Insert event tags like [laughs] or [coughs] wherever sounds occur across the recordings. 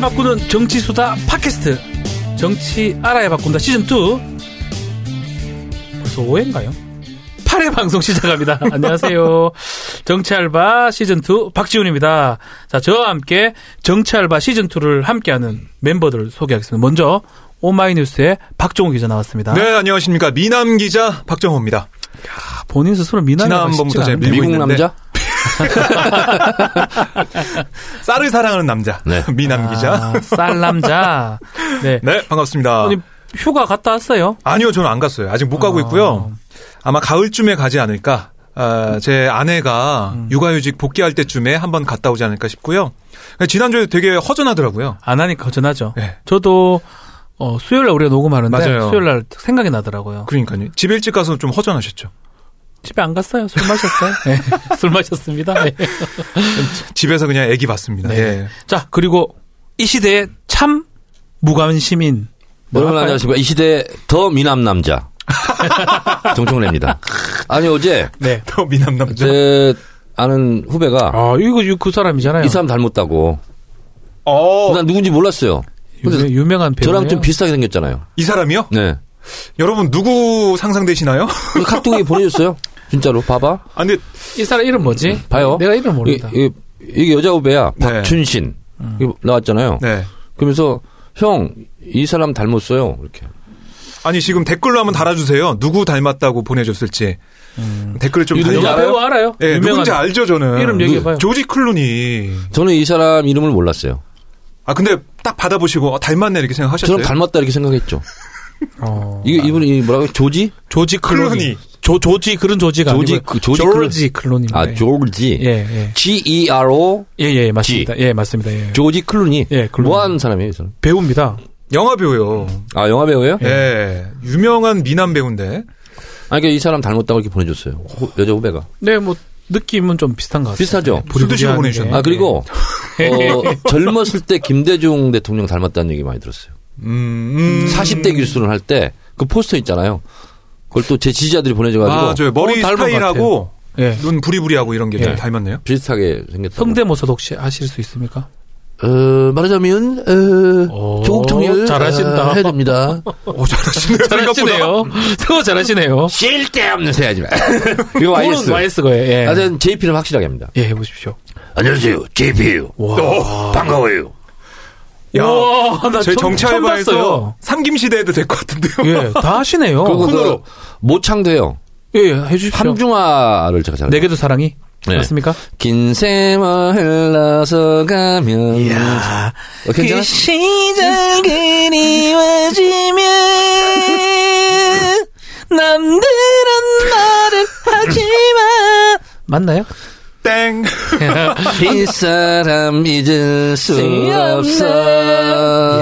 바꾸는 정치 수다 팟캐스트 정치 알아야 바꾼다 시즌 2 벌써 5회인가요? 8회 방송 시작합니다. [laughs] 안녕하세요. 정치알바 시즌2 박지훈입니다. 자, 저와 함께 정치알바 시즌2를 함께하는 멤버들을 소개하겠습니다. 먼저, 오마이뉴스의 박종호 기자 나왔습니다. 네, 안녕하십니까. 미남 기자 박정호입니다. 아, 본인 스스로 미남이라고 지난번부터 싶지가 제가 않네요. 밀고 미국 있는데. 남자? 쌀을 사랑하는 남자. 네. 미남 기자. 아, 쌀남자. [laughs] 네. 네, 반갑습니다. 아니, 휴가 갔다 왔어요? 아니요, 저는 안 갔어요. 아직 못 가고 아. 있고요. 아마 가을쯤에 가지 않을까. 아, 제 아내가 육아휴직 복귀할 때쯤에 한번 갔다 오지 않을까 싶고요. 그러니까 지난주에 되게 허전하더라고요. 안 하니까 거전하죠. 네. 저도, 어, 수요일날 우리가 녹음하는데, 맞아요. 수요일날 생각이 나더라고요. 그러니까요. 집 일찍 가서 좀 허전하셨죠. 집에 안 갔어요. 술 마셨어요. [laughs] 네. 술 마셨습니다. 네. 집에서 그냥 애기 봤습니다. 네. 예. 자, 그리고 이 시대의 참 무관 시민. 여러분 안녕하십니까. 이 시대 더 미남 [laughs] 남자. 정청래입니다. 아니, 어제 네. 더 미남 남자. 제 아는 후배가 아, 이거 유- 그 사람이잖아요. 이 사람 닮았다고. 어, 난 누군지 몰랐어요. 근데 유명, 한 배우. 저랑 좀 비슷하게 생겼잖아요. 이 사람이요? 네. 여러분 누구 상상되시나요? 그래서 카톡에 보내줬어요. 진짜로. 봐봐. 아, 근데 이 사람 이름 뭐지? 음, 봐요. 내가 이름 모른다. 음. 이- 이- 이게 여자 후배야. 네. 박춘신. 이거 나왔잖아요. 네. 그러면서 형, 이 사람 닮았어요. 이렇게. 아니 지금 댓글로 한번 달아주세요. 누구 닮았다고 보내줬을지 댓글을 좀 이거 달려. 누군지 영화 알아요? 배우 음. 알아요? 예, 누군지 한 알죠 저는. 이름 누- 얘기해봐요. 조지 클루니. 저는 이 사람 이름을 몰랐어요. 아 근데 딱 받아보시고 어, 닮았네 이렇게 생각하셨어요. 저랑 닮았다 이렇게 생각했죠. 어. 이게 이분이 뭐라고 조지? 조지 클로니. 클로니. 조, 조지 그런 조지가 조지 아니고 그- 조지 조지 클로니. 아, 조지. E 예, 예. G-E-R-O 예, 예, 맞습니다. 예, 맞습니다. 예. 조지 클루니. 예, 클루니. 뭐 하는 사람이에요, 이 사람? 배우입니다. 영화 배우요. 아, 영화 배우예요? 예. 유명한 미남 배우인데. 아니, 그러니까 이 사람 닮았다고 이렇게 보내줬어요. 호- 여자 후배가. 네, 뭐 느낌은 좀 비슷한 것 같아요. 예. 네. 비슷하죠? 술 드시고 부리부리한 보내주셨나? 게. 아, 그리고, [laughs] 어, 젊었을 때 김대중 대통령 닮았다는 얘기 많이 들었어요. 음. 음. 40대 길수를 할 때, 그 포스터 있잖아요. 그걸 또 제 지지자들이 보내줘가지고. 아, 저 어, 머리 닮은 것 스타일하고 예. 눈 부리부리하고 이런 게 좀 예. 닮았네요. 비슷하게 생겼다. 성대모사도 혹시 아실 수 있습니까? 어, 말하자면, 오, 어, 조국 통일. 잘하신다. 어, 해야 됩니다. 오, 어, 잘하시네요. 생각보다. [laughs] 잘하시네요. 생각 잘하시네요. 쓸데없는 소리 하지 마. 그거 YS. 와이스 거예요. 예. 하여튼 JP는 확실하게 합니다. 예, 해보십시오. 안녕하세요. JP예요. 반가워요. 야, 우와, 나 저희 처음- 처음 봤어요. 정찰바에서 삼김시대 해도 될 것 같은데요. 예, 다 하시네요. [laughs] 그리고 그 모창도 해요. 예, 예, 해주십시오. 함중화를 제가 잘해요. 내게도 사랑이 네. 맞습니까? 긴 세월 흘러서 가면 어, 괜찮아? 그 시절 그리워지면 남들은 말을 하지만 맞나요? [laughs] [laughs] 땡. 이 사람 잊을 수 없어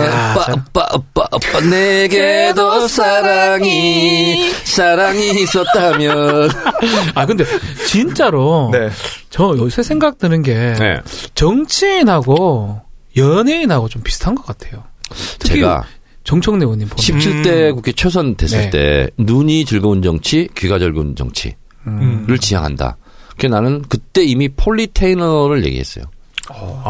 네, 야, 참. 빠빠빠빠 내게도 사랑이 사랑이 있었다면 아 근데 진짜로 네. 저 요새 생각 드는 게 네. 정치인하고 연예인하고 좀 비슷한 것 같아요. 특히 제가 정청래 의원님 보면 음. 17대 국회 초선 됐을 네. 때 눈이 즐거운 정치 귀가 즐거운 정치를 음. 지향한다 그 나는 그때 이미 폴리테이너를 얘기했어요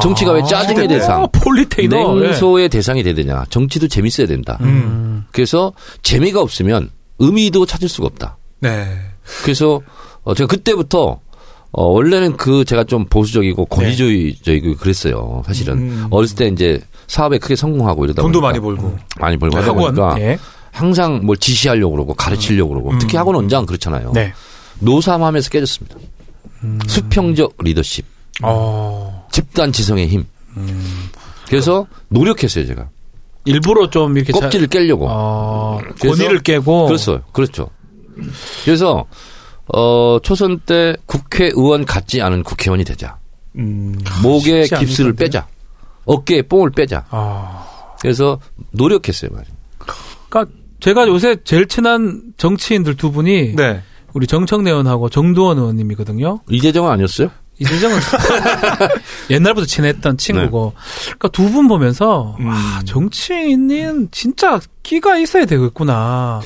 정치가 왜 짜증의 대상 어, 폴리테이너 냉소의 대상이 돼야 되냐 정치도 재밌어야 된다 예. 음. 그래서 재미가 없으면 의미도 찾을 수가 없다. 네. 그래서 어, 제가 그때부터 어, 원래는 그 제가 좀 보수적이고 권위주의적이고 그랬어요. 사실은 네. 음. 어렸을 때 이제 사업에 크게 성공하고 이러다 돈도 보니까 많이 벌고. 네. 많이 벌고 하다 학원, 보니까 예. 항상 뭘 지시하려고 그러고 가르치려고 그러고 음. 특히 학원 원장 은 그렇잖아요. 네. 노사함하면서 깨졌습니다. 수평적 리더십, 어. 집단 지성의 힘. 그래서 노력했어요 제가 일부러 좀 이렇게 그 자- 껍질을 깨려고. 어, 그래서- 권위를 깨고 그렇죠. 그렇죠. 그래서 어 초선 때 국회의원 같지 않은 국회의원이 되자. 음. 목에 아, 쉽지 않을 깁스를 텐데요. 빼자. 어깨에 뽕을 빼자. 아. 그래서 노력했어요, 말이. 그러니까 제가 요새 제일 친한 정치인들 두 분이 네. 우리 정청래 의원하고 정두원 의원님이거든요. 이재정은 아니었어요? 이재정은 [laughs] 옛날부터 친했던 친구고. 네. 그러니까 두 분 보면서 음. 아, 정치인은 진짜 끼가 음. 있어야 되겠구나.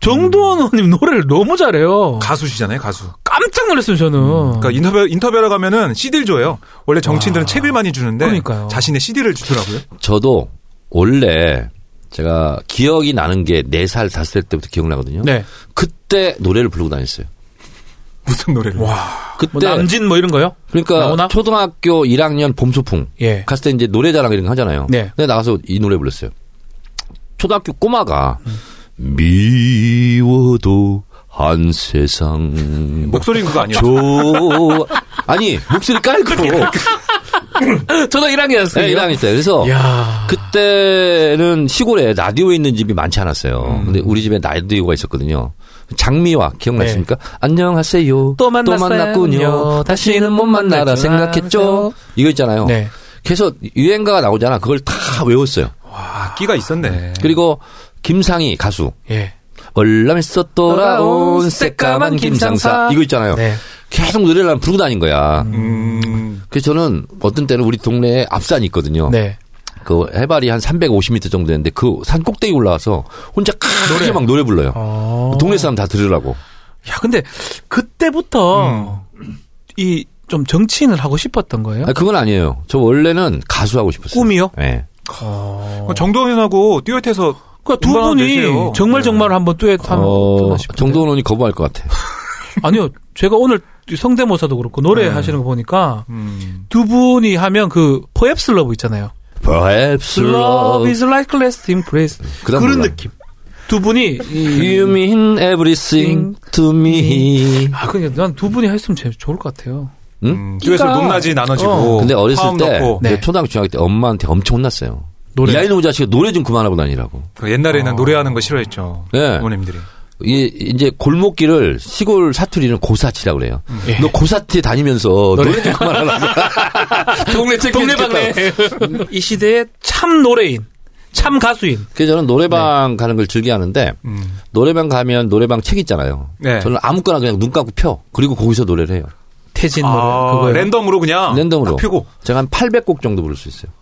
정두원 의원님 노래를 너무 잘해요. 가수시잖아요, 가수. 깜짝 놀랐어요, 저는. 그러니까 인터뷰 인터뷰하러 가면은 CD를 줘요. 원래 정치인들은 와. 책을 많이 주는데 아. 그러니까요. 자신의 [laughs] CD를 주더라고요. 저도 원래 제가 기억이 나는 게 4살, 5살 때부터 기억나거든요. 네. 그때 노래를 부르고 다녔어요. 무슨 노래를? 그때 뭐 남진 뭐 이런 거요? 그러니까 나오나? 초등학교 1학년 봄 소풍 예. 갔을 때 이제 노래자랑 이런 거 하잖아요. 네. 근데 나가서 이 노래 불렀어요. 초등학교 꼬마가 음. 미워도 한 세상 목소리는 그거 아니에요. 저 아니 목소리 깔고 그, 저도 1학년이었어요. 네, 1학년 때 그래서 야 그때는 시골에 라디오 있는 집이 많지 않았어요. 음. 근데 우리 집에 라디오가 있었거든요. 장미화 기억나십니까? 안녕하세요. 네. 또 만났어요. 만났군요. 다시는 못 만나라 다시는 못 만나죠. 생각했죠. 이거 있잖아요. 네. 그래서 유행가가 나오잖아. 그걸 다 외웠어요. 와, 아, 끼가 있었네. 그리고 김상희 가수 예. 얼람에서 돌아온 새까만 김상사 이거 있잖아요. 네. 계속 노래를 난 부르고 다닌 거야. 음. 그래서 저는 어떤 때는 우리 동네에 앞산이 있거든요. 네. 그 해발이 한 350m 정도 되는데 그 산 꼭대기 올라와서 혼자 크게 막 노래 불러요. 그 어. 동네 사람 다 들으라고. 야, 근데 그때부터 이 좀 정치인을 하고 싶었던 거예요? 아, 그건 아니에요. 저 원래는 가수 하고 싶었어요. 꿈이요? 예. 어. 음. 정동현하고 듀엣해서 그러니까 두 음반 분이 내세요. 정말 네. 정말 한번 듀엣 하면 어, 어떠나 싶은데. 정도원이 거부할 것 같아. 아니요. 제가 오늘 성대모사도 그렇고 노래 하시는 거 보니까 음. 두 분이 하면 그 Perhaps Love 있잖아요. Perhaps Love love. is like last embrace. 그다음 그런 몰라. 느낌. 두 분이 You mean everything to me. 아, 그냥 난두 분이 했으면 제일 좋을 것 같아요. 응? 음. 듀엣으로 끼가- 높낮이 나눠지고. 어. 근데 어렸을 화음 때 넣고. 네. 내 초등학교 중학교 때 엄마한테 엄청 혼났어요. 노래. 이 아이놈 자식이 노래 좀 그만하고 다니라고. 그 어. 옛날에는 노래하는 거 싫어했죠. 예. 부모님들이. 이 이제 골목길을 시골 사투리는 고사치라고 그래요. 예. 너 고사치 다니면서 음. 노래 좀 [laughs] 그만하라고. 동네 책 동네방네. 음, 이 시대의 참 노래인, 참 가수인. 그래서 저는 노래방 가는 걸 즐겨 하는데 음. 노래방 가면 노래방 책 있잖아요. 네. 저는 아무거나 그냥 눈 감고 펴. 그리고 거기서 노래를 해요. 태진 노래. 아, 그거요. 랜덤으로 그냥 랜덤으로. 딱 아, 펴고 제가 한 800곡 정도 부를 수 있어요.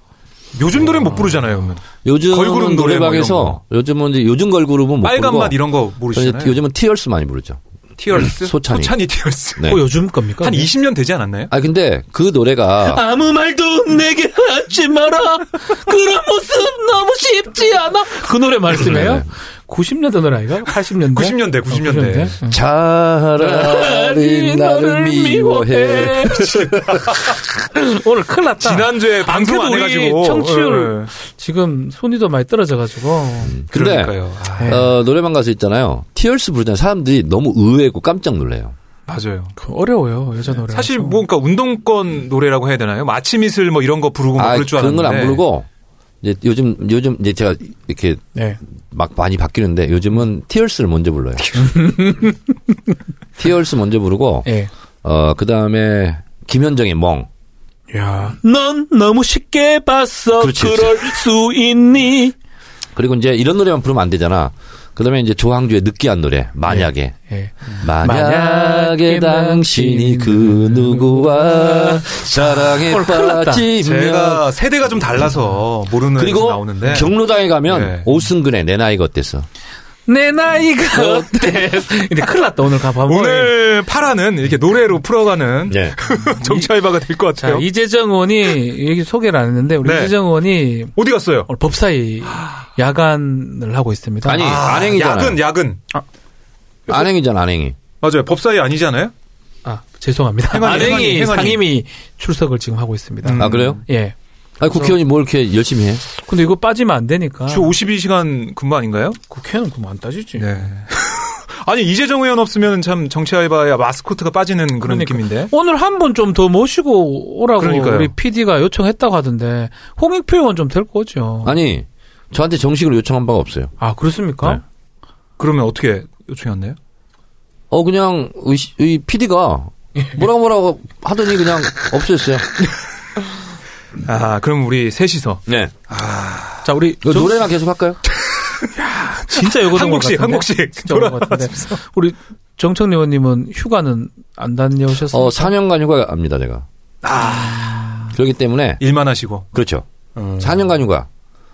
요즘 노래 어. 못 부르잖아요. 그러면. 요즘 걸그룹 노래 뭐 이런 노래방에서 요즘은 이제 요즘 걸그룹은 못 빨간 부르고 맛 이런 거 저는 모르시잖아요. 그러니까 이제 요즘은 티얼스 많이 부르죠. 티얼스 소찬이. 티얼스. 네. 그거 뭐 요즘 겁니까? 한 20년 되지 않았나요? 아 근데 그 [laughs] 노래가 아무 말도 내게 하지 마라. 그런 모습 너무 쉽지 않아. 그 노래 말씀해요? 네. 90년대 노래 아닌가? 80년대? 90년대, 90년대. 차라리 나를 미워해. [laughs] 오늘 큰일 났다. 지난주에 방송 그래도 안 우리 해가지고 청취율. 예, 예. 지금 손이도 많이 떨어져가지고. 근데 그러니까요. 아, 네. 음. 어, 노래방 가서 있잖아요. 티얼스 부르잖아요. 사람들이 너무 의외고 깜짝 놀래요. 맞아요. 그 어려워요, 여자 노래. 사실 뭐 그러니까 운동권 노래라고 해야 되나요? 뭐 아침이슬 뭐 이런 거 부르고 뭐 아, 그럴 줄 그런 알았는데. 건 안 부르고 이제 요즘 요즘 이제 제가 이렇게 네. 막 많이 바뀌는데 요즘은 티얼스를 [laughs] 먼저 불러요. 티얼스 먼저 부르고 예. 어 그다음에 김현정의 멍. 야. 넌 너무 쉽게 봤어. 그렇지. 그럴수 있니? 그리고 이제 이런 노래만 부르면 안 되잖아. 그다음에 이제 조항주의 느끼한 노래 만약에 예. 만약에 만약에 당신이 그 누구와 사랑에 헐, 큰일 났다. 빠지면 제가 세대가 좀 달라서 모르는 그리고 그리고 나오는데 경로당에 가면 네. 오승근의 내 나이가 어때서 내 나이가 어때? 네. 근데 큰일 났다, 오늘 가봐. 예. 오늘 파라는 이렇게 노래로 풀어가는 네. [laughs] 정찰바가 될 것 자, 같아요. 이재정 의원이, 여기 소개를 안 했는데, 우리 네. 이재정 의원이 어디 갔어요? 오늘 법사위 야간을 하고 있습니다. 아니, 안행이잖아요. 야근 야근 안행이잖아 안행이 맞아요. 법사위 아니잖아요. 아, 죄송합니다. [laughs] 행안위, 안행이 행안위, 행안위. 상임위 출석을 지금 하고 있습니다. 음. 아 그래요? 예. 아 국회의원이 뭘 이렇게 열심히 해? 근데 이거 빠지면 안 되니까. 주 네. 52시간 근무 아닌가요? 국회는 그만 안 예. 따지지. [laughs] 아니 이재정 의원 없으면 참 정치알바야 마스코트가 빠지는 그런 그러니까. 느낌인데. 오늘 한 번 좀 더 모시고 오라고 그러니까요. 우리 PD가 요청했다고 하던데 홍익표 의원 좀 될 거죠. 아니 저한테 정식으로 요청한 바가 없어요. 아 그렇습니까? 네. 그러면 어떻게 요청이 왔나요? 어 그냥 의, 의 PD가 뭐라고 뭐라고 하더니 그냥 없어졌어요. 아 그럼 우리 셋이서 네. 자 우리 이거 정- 노래만 계속 할까요? 진짜 요거 한국식 같은데? 한국식 진짜 온것 같은데 우리 정청 의원님은 휴가는 안 다녀오셨어요? 어 4년간 휴가합니다 제가. 그렇기 때문에 일만 하시고. 그렇죠. 음. 4년간 휴가.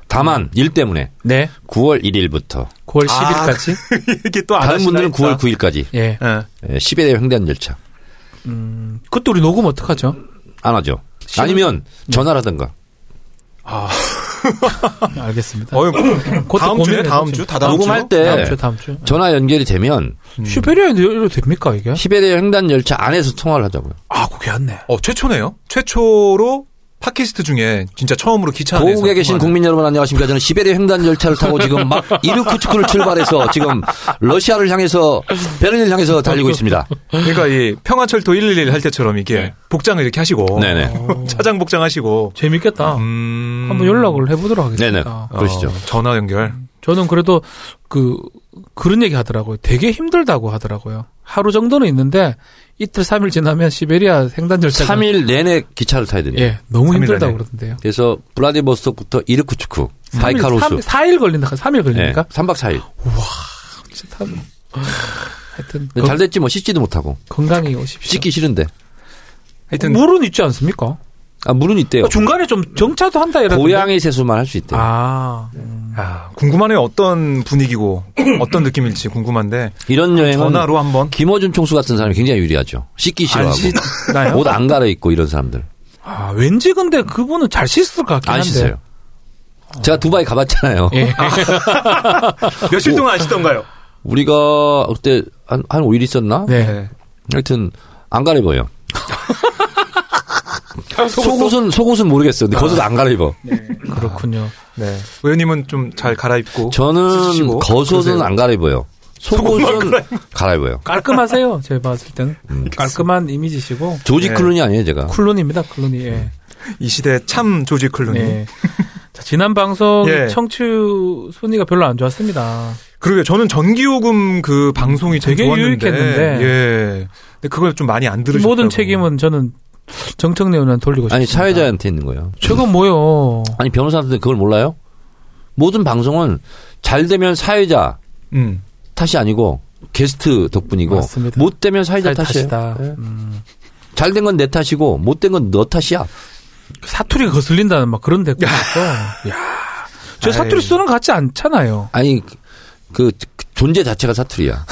다만 일 때문에 네. 9월 1일부터 9월 아. 10일까지. [laughs] 이게 또 안 다른 아, 하시나 분들은 했다. 9월 9일까지 예. 예. 10에 대한 횡단 열차. 음, 그때 우리 녹음 어떡하죠? 안 하죠. 아니면 전화라든가. 알겠습니다. 어휴, 그것도 다음 주에 고민해요, 다음 지금. 주, 다 다음 주. 녹음할 때 다음 주, 다음 주. 전화 연결이 되면 시베리아인데 이래도 됩니까, 이게? 시베리아 횡단 열차 안에서 통화를 하자고요. 아, 그게 안 네. 어, 최초네요. 최초로 팟캐스트 중에 진짜 처음으로 기차 안에서 고국에 아, 계신 네, 통화하는. 국민 여러분 안녕하십니까? 저는 시베리아 횡단 열차를 타고 지금 막 이르쿠츠크를 출발해서 지금 러시아를 향해서 베를린을 향해서 달리고 있습니다. 그러니까 이 평화철도 111 할 때처럼 이게 복장을 이렇게 하시고 어. 네네. [laughs] 차장 복장하시고 재밌겠다. 음. 한번 연락을 해보도록 하겠습니다. 네네. 어, 그러시죠. 전화 연결. 저는 그래도 그 그런 얘기 하더라고요. 되게 힘들다고 하더라고요. 하루 정도는 있는데 이틀 삼일 지나면 시베리아 횡단 열차 3일 내내 기차를 타야 된다. 예 너무 삼일 힘들다고 안에. 그러던데요. 그래서 블라디보스토크부터 이르쿠츠크, 바이카로스. 4일 걸린다. 삼일 네, 걸리니까. 3박 4일. 진짜 다- 하여튼 근데 예. 잘 됐지 뭐 씻지도 못하고. 건, 강히 오십시오. 씻기 싫은데. 하여튼 물은 있지 않습니까? 아, 물은 있대요. 어, 중간에 좀 정차도 한다 이러던데. 고양이 세수만 할 수 네. 있대요. 아 아, 궁금하네요. 어떤 [coughs] 분위기고 어떤 느낌일지 궁금한데 이런 네, 여행은 전화로 한번 김어준 총수 같은 사람이 굉장히 유리하죠. 씻기 싫어하고. 씻나요? 옷 안 갈아입고 이런 사람들. 아, 왠지 근데 그분은 잘 씻을 것 같긴 안 한데. 씻어요. 제가 두바이 가봤잖아요. 예. 며칠 뭐 동안 아시던가요? 우리가 그때 한, 한 5일 있었나? 네. 네. 하여튼 안 갈아입어요. 속옷은 속옷은 모르겠어요. 근데 거기서 안 갈아입어. 그렇군요. 네. 의원님은 좀 잘 갈아입고 저는 씻으시고 겉옷은 그러세요. 안 갈아입어요. 속옷은 갈아입어요. 깔끔하세요. 제가 봤을 때는 깔끔한 이미지시고 조지 네. 클룬이 아니에요, 음, 제가. 쿨론입니다. 쿨론이. 예. 이 시대 참 조지 클루니. 네. 자, 지난 방송 예. 청취 순위가 별로 안 좋았습니다. 그러게 저는 전기요금 그 방송이 참 되게 좋았는데, 유익했는데. 예. 근데 그걸 좀 많이 안 들으셨다고. 모든 책임은 저는 정청래 의원한테 돌리고 싶습니다. 아니 사회자한테 있는 거예요. 최근 뭐요? 아니 변호사한테 그걸 몰라요? 모든 방송은 잘 되면 사회자 음. 탓이 아니고 게스트 덕분이고 맞습니다. 못 되면 사회자 잘 탓이에요. 탓이다. 음. 잘 된 건 내 탓이고 못 된 건 너 탓이야. 사투리가 거슬린다는 막 그런 댓글이 있어. 야. 저 사투리 아이. 쓰는 것 같지 않잖아요. 아니 그, 그 존재 자체가 사투리야.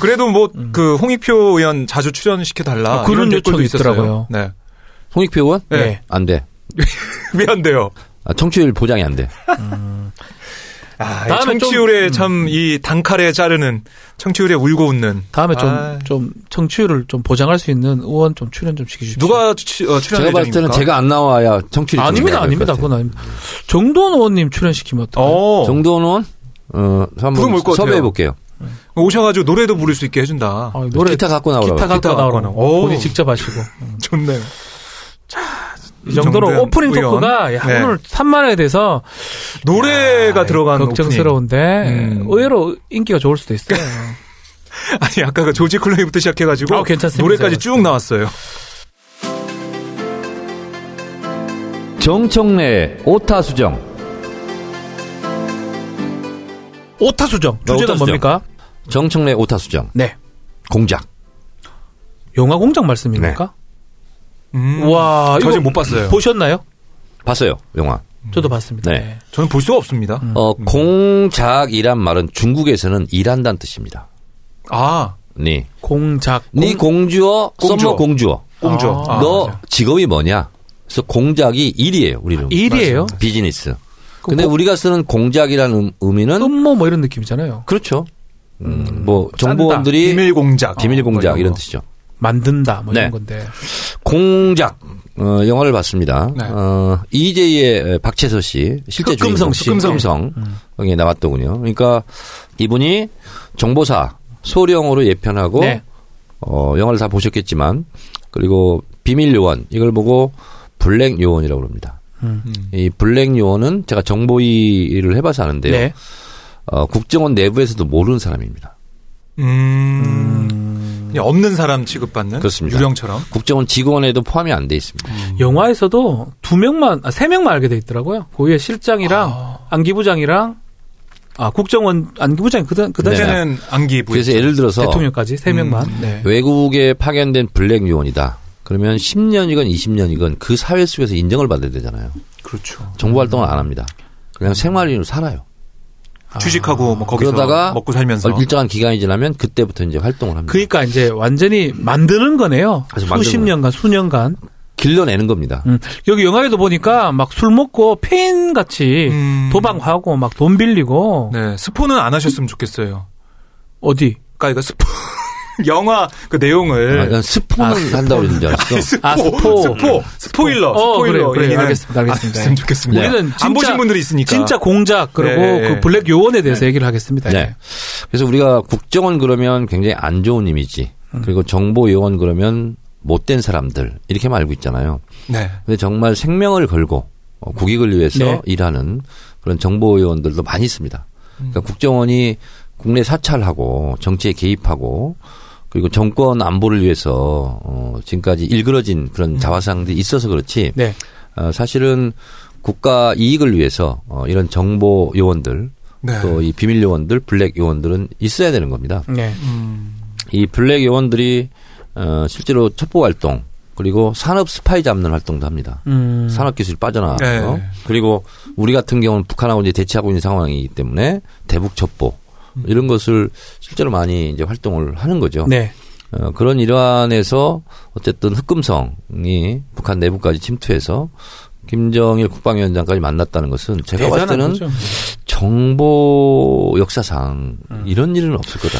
그래도 뭐 그 홍익표 의원 자주 출연시켜 달라 음. 아, 그런 댓글도 요청이 있었어요. 있더라고요. 네. 홍익표 의원? 예. 네. 안 돼. 미안돼요. 아, 청취율 보장이 안 돼. 아, 이 다음에 좀- 청취율에 참 이 단칼에 자르는 청취율에 울고 웃는 다음에 좀, 아이. 좀 청취율을 좀 보장할 수 있는 의원 좀 출연 좀 시키십시오. 누가 추- 어, 출연할 제가 봤을 때는 예정입니까? 제가 안 나와야 청취율이 아닙니다, 증가될 것 아닙니다. 같아요. 그건 뭐. 아닙니다. 정도원 의원님 출연시키면 어떡해요? 어 정도는 어, 부르면 한번 올것 같아요. 섭외해 볼게요. 오셔가지고 노래도 부를 수 있게 해준다. 아, 노래 기타 갖고 나오라고. 기타 기타 갖고 갖고 나오라고. 나오라고. 본인 오. 직접 하시고. 좋네요. 이 정도로 정도면 오프닝 의원. 토크가 야, 네. 오늘 3만에 대해서 노래가 들어간 아, 예. 걱정스러운데 음. 의외로 인기가 좋을 수도 있어요. 오프닝. [laughs] 아니 아까 그 조지 클로이부터 시작해가지고 아, 괜찮습니다. 노래까지 쭉 나왔어요. 정청래 오타 수정. 오타 수정 네, 주제가 오타 수정. 뭡니까? 정청래 오타 수정. 네. 공작. 영화 공장 말씀입니까? 음. 와, 저 이거 지금 못 봤어요. 음. 보셨나요? 봤어요. 영화. 저도 봤습니다. 네. 네. 저는 볼 수가 없습니다. 음. 어, 공작이란 말은 중국에서는 일한다는 뜻입니다. 아 니. 공작. 니 공주어, 공주어. 썸머 공주어. 공주. 아. 아, 너 직업이 뭐냐? 그래서 공작이 일이에요, 우리는. 일이에요? 비즈니스. 그럼 근데 공- 우리가 쓰는 공작이라는 의미는 음모 뭐 이런 느낌이잖아요. 그렇죠. 음, 뭐 맞아요. 정보원들이 비밀, 비밀 공작, 공작 뭐 이런 거. 뜻이죠. 만든다 뭐 네. 이런 건데. 공작 어, 영화를 봤습니다. 네. 어, 이재희의 박채서 씨 실제 흑금성 주인공 씨. 네. 음. 흑금성 이 나왔더군요. 그러니까 이분이 정보사 소령으로 예편하고 네. 어, 영화를 다 보셨겠지만 그리고 비밀 요원 이걸 보고 블랙 요원이라고 합니다. 음. 이 블랙 요원은 제가 정보위를 해봐서 아는데요. 네. 어, 국정원 내부에서도 모르는 사람입니다. 음. 그냥 없는 사람 취급받는 그렇습니다. 유령처럼. 국정원 직원에도 포함이 안 돼 있습니다. 영화에서도 두 명만, 아, 세 명만 알게 돼 있더라고요. 고위의 실장이랑 아. 안기부장이랑 아 국정원 안기부장이 그당 그 당시에 그때는 안기 부인. 네. 그래서 예를 들어서 음. 대통령까지 세 명만. 네. 외국에 파견된 블랙 요원이다. 그러면 10년이건 20년이건 그 사회 속에서 인정을 받아야 되잖아요. 그렇죠. 정보 활동을 안 합니다. 그냥 생활인으로 살아요. 취직하고 뭐 거기서 그러다가 먹고 살면서 어, 일정한 기간이 지나면 그때부터 이제 활동을 합니다. 그러니까 이제 완전히 만드는 거네요. 아주 만드는 수십 거예요. 년간, 수년간. 길러내는 겁니다. 음, 여기 영화에도 보니까 막 술 먹고 폐인 같이 음. 도박하고 막 돈 빌리고 네 스포는 안 하셨으면 좋겠어요. 어디? 그러니까 이거 스포 [laughs] 영화 그 내용을 아, 난 스폰을 한다고 그러는 줄 알았어. 아, 스포. 스포, 스포, 스포일러, 어, 스포일러. 그래요, 그래요. 얘기는 알겠습니다, 알겠습니다. 안 했으면 좋겠습니다. 네. 우리는 진짜 안 보신 분들이 있으니까. 진짜 공작 그리고 그러니까. 네, 네. 그 블랙 요원에 대해서 얘기를 하겠습니다. [laughs] 네. 그래서 우리가 국정원 그러면 굉장히 안 좋은 이미지. 그리고 정보요원 그러면 못된 사람들 이렇게만 알고 있잖아요. 네. 근데 정말 생명을 걸고 어, 국익을 위해서 네. 일하는 그런 정보요원들도 많이 있습니다. 그러니까 국정원이 국내 사찰하고 정치에 개입하고 그리고 정권 안보를 위해서 어, 지금까지 일그러진 그런 자화상들이 있어서 그렇지 네. 어, 사실은 국가 이익을 위해서 어, 이런 정보 요원들 네. 또 이 비밀 요원들 블랙 요원들은 있어야 되는 겁니다. 네. 음, 이 블랙 요원들이 어, 실제로 첩보 활동 그리고 산업 스파이 잡는 활동도 합니다. 음. 산업 기술이 빠져나와요. 어? 네. 그리고 우리 같은 경우는 북한하고 이제 대치하고 있는 상황이기 때문에 대북 첩보 이런 것을 실제로 많이 이제 활동을 하는 거죠. 음. 네. 어, 그런 일환에서 어쨌든 흑금성이 북한 내부까지 침투해서 김정일 국방위원장까지 만났다는 것은 제가 봤을 대단한 거죠. 때는 정보 역사상 음. 이런 일은 없을 거다.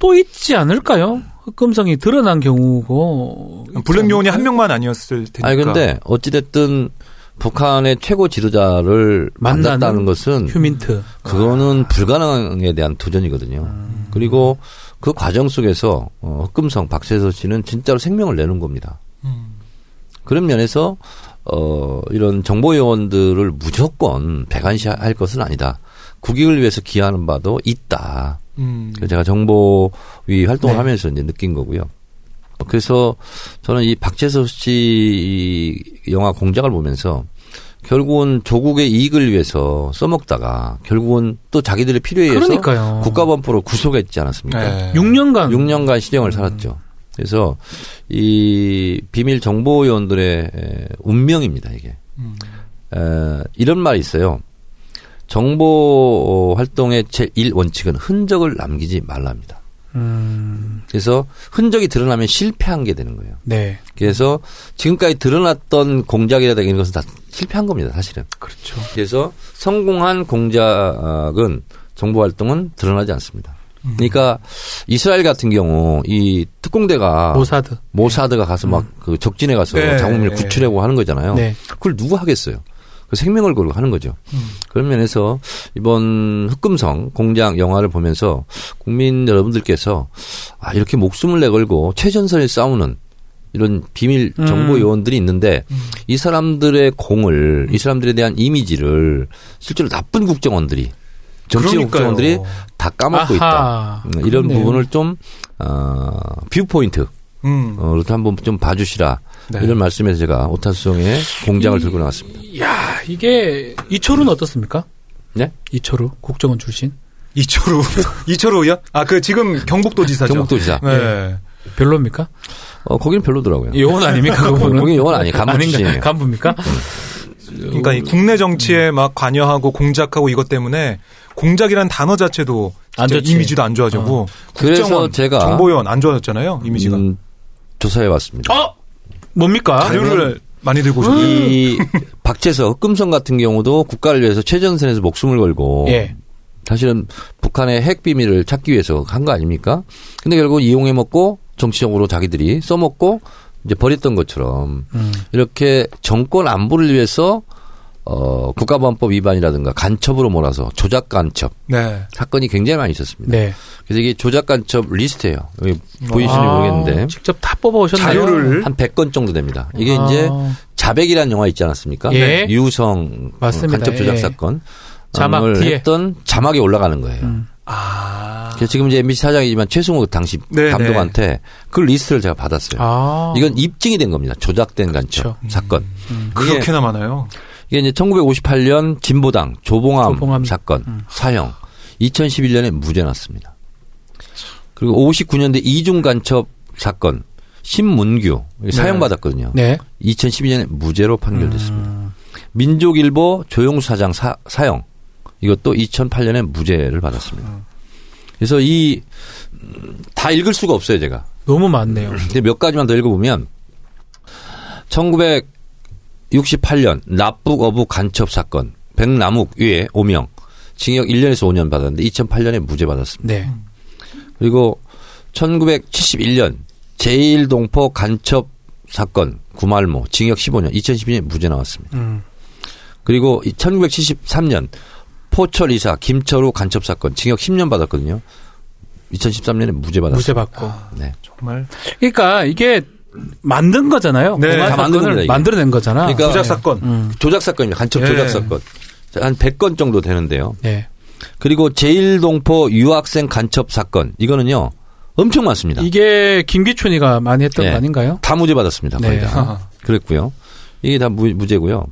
또 있지 않을까요? 흑금성이 드러난 경우고 음. 블랙 요원이 한 명만 아니었을 테니까. 그러니까. 아니 근데 어찌 됐든 북한의 최고 지도자를 만나는 만났다는 것은 휴민트. 그거는 불가능에 대한 도전이거든요. 그리고 그 과정 속에서 어, 흑금성 박세서 씨는 진짜로 생명을 내는 겁니다. 음, 그런 면에서 어 이런 정보 요원들을 무조건 배관시할 것은 아니다. 국익을 위해서 기하는 바도 있다. 음. 그래서 제가 정보위 활동을 네. 하면서 이제 느낀 거고요. 그래서 저는 이 박재석 씨이 영화 공작을 보면서 결국은 조국의 이익을 위해서 써먹다가 결국은 또 자기들의 필요에 의해서 그러니까요. 국가범포로 구속했지 않았습니까? 네. 6년간 6년간 실형을 살았죠. 그래서 이 비밀 정보 요원들의 에, 운명입니다 이게. 음. 에, 이런 말이 있어요. 정보 어, 활동의 제1 원칙은 흔적을 남기지 말랍니다. 음. 그래서 흔적이 드러나면 실패한 게 되는 거예요. 네. 그래서 지금까지 드러났던 공작이라든가 이런 것은 다 실패한 겁니다, 사실은. 그렇죠. 그래서 성공한 공작은 정보 활동은 드러나지 않습니다. 음. 그러니까 이스라엘 같은 경우 이 특공대가 모사드. 모사드. 가 가서 막 그 적진에 가서 네. 자국민을 구출하고 하는 거잖아요. 음. 네. 그걸 누구 하겠어요? 그 생명을 걸고 하는 거죠. 음. 그런 면에서 이번 흑금성 공장 영화를 보면서 국민 여러분들께서 아 이렇게 목숨을 내걸고 최전선에 싸우는 이런 비밀 정보 음. 요원들이 있는데 이 사람들의 공을 이 사람들에 대한 이미지를 실제로 나쁜 국정원들이 정치 그러니까요. 국정원들이 다 까먹고 있다. 아하. 음, 이런 그렇네요. 부분을 좀 어, 뷰포인트 음. 어, 그렇다 한번 좀 봐주시라 네. 이런 말씀에서 제가 오타수성의 공장을 이- 들고 나왔습니다. 아, 이야, 이게 이철우는 어떻습니까? 네? 이철우 국정원 출신. 이철우 [laughs] 이철우요? 아 그 지금 경북도지사죠. 경북도지사. 예. 네. 별로입니까? 어, 거기는 별로더라고요. 요원 아닙니까? [laughs] 그분은? 거기 요원 아니에요. 간부 아닌가? 출신이에요. 음. 간부입니까? 어, 그러니까 이 국내 정치에 막 관여하고 공작하고 이것 때문에 공작이라는 단어 자체도 안 진짜 좋지. 이미지도 안 좋아지고 어. 그래서 국정원, 제가- 정보위원 안 좋아졌잖아요 이미지가 그러니까 음, 조사해봤습니다. 어? 뭡니까? 자료를 많이 들고 오셨네요. 아, 이 음. 박재석, 흑금성 같은 경우도 국가를 위해서 최전선에서 목숨을 걸고 예. 사실은 북한의 핵 비밀을 찾기 위해서 한 거 아닙니까? 근데 결국 이용해 먹고 정치적으로 자기들이 써먹고 이제 버렸던 것처럼 음. 이렇게 정권 안보를 위해서 어 국가보안법 위반이라든가 간첩으로 몰아서 조작 간첩 네. 사건이 굉장히 많이 있었습니다. 네. 그래서 이게 조작 간첩 리스트예요. 여기 보이시는지 아, 모르겠는데 직접 다 뽑아 오셨네요. 자료를 한 100건 정도 됩니다. 이게 아. 이제 자백이라는 영화 있지 않았습니까? 예. 유성 맞습니다. 간첩 조작 예. 사건 자막 을 뒤에. 음. 했던 자막이 올라가는 거예요. 아. 그래서 지금 이제 MBC 사장이지만 최승우 당시 네, 감독한테 그 리스트를 제가 받았어요. 아. 이건 입증이 된 겁니다. 조작된 그렇죠. 간첩 사건. 이게, 그렇게나 많아요. 이게 이제 1958년 진보당 조봉암, 조봉암. 사건 사형. 2011년에 무죄 났습니다. 그리고 59년대 이중 간첩 사건 신문규 사형 받았거든요. 네. 음. 2012년에 무죄로 판결됐습니다. 민족일보 조용수 사장 사, 사형 이것도 2008년에 무죄를 받았습니다. 그래서 이, 음, 다 읽을 수가 없어요, 제가. 너무 많네요. 근데 몇 가지만 더 읽어보면 1968년 납북 어부 간첩 사건 백남욱 위에 5명 징역 1년에서 5년 받았는데 2008년에 무죄 받았습니다. 네. 음. 그리고 1971년 제1동포 간첩 사건 구말모 징역 15년 2012년에 무죄 나왔습니다. 음. 그리고 이 1973년 포철 이사 김철우 간첩 사건 징역 10년 받았거든요. 2013년에 무죄 받았습니다. 무죄 받고. 네. 정말 그러니까 이게 만든 거잖아요. 네, 공안 다 만든 사건을 겁니다, 이게. 만들어낸 거잖아. 그러니까- 조작 사건. 음. 조작 사건입니다. 간첩 예. 조작 사건. 한 100건 정도 되는데요. 네. 그리고 제1동포 유학생 간첩 사건. 이거는요. 엄청 많습니다. 이게 김기춘이가 많이 했던 네. 거 아닌가요? 다 무죄 받았습니다. 거의 네. [laughs] 다. 그랬고요. 이게 다 무, 무죄고요.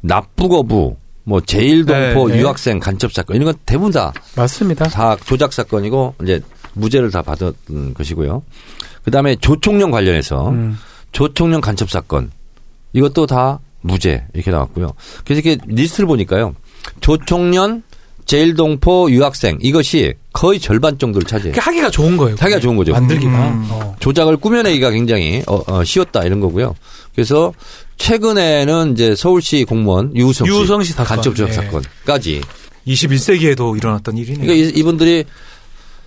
납북어부 뭐 제1동포 네, 네. 유학생 간첩 사건. 이런 건 대부분 다 맞습니다. 다 조작 사건이고 이제 무죄를 다 받은 것이고요. 그다음에 조총련 관련해서 음. 조총련 간첩 사건 이것도 다 무죄 이렇게 나왔고요. 그래서 이렇게 리스트를 보니까요. 조총련 제일동포 유학생 이것이 거의 절반 정도를 차지해요. 그게 하기가 좋은 거예요. 네. 하기가 좋은 거죠. 만들기만. 음. 어. 조작을 꾸며내기가 굉장히 어, 어, 쉬웠다 이런 거고요. 그래서 최근에는 이제 서울시 공무원 유우성 씨 유우성 씨 사건. 간첩 조작 네. 사건까지 21세기에도 일어났던 일이네요. 그러니까 이- 이분들이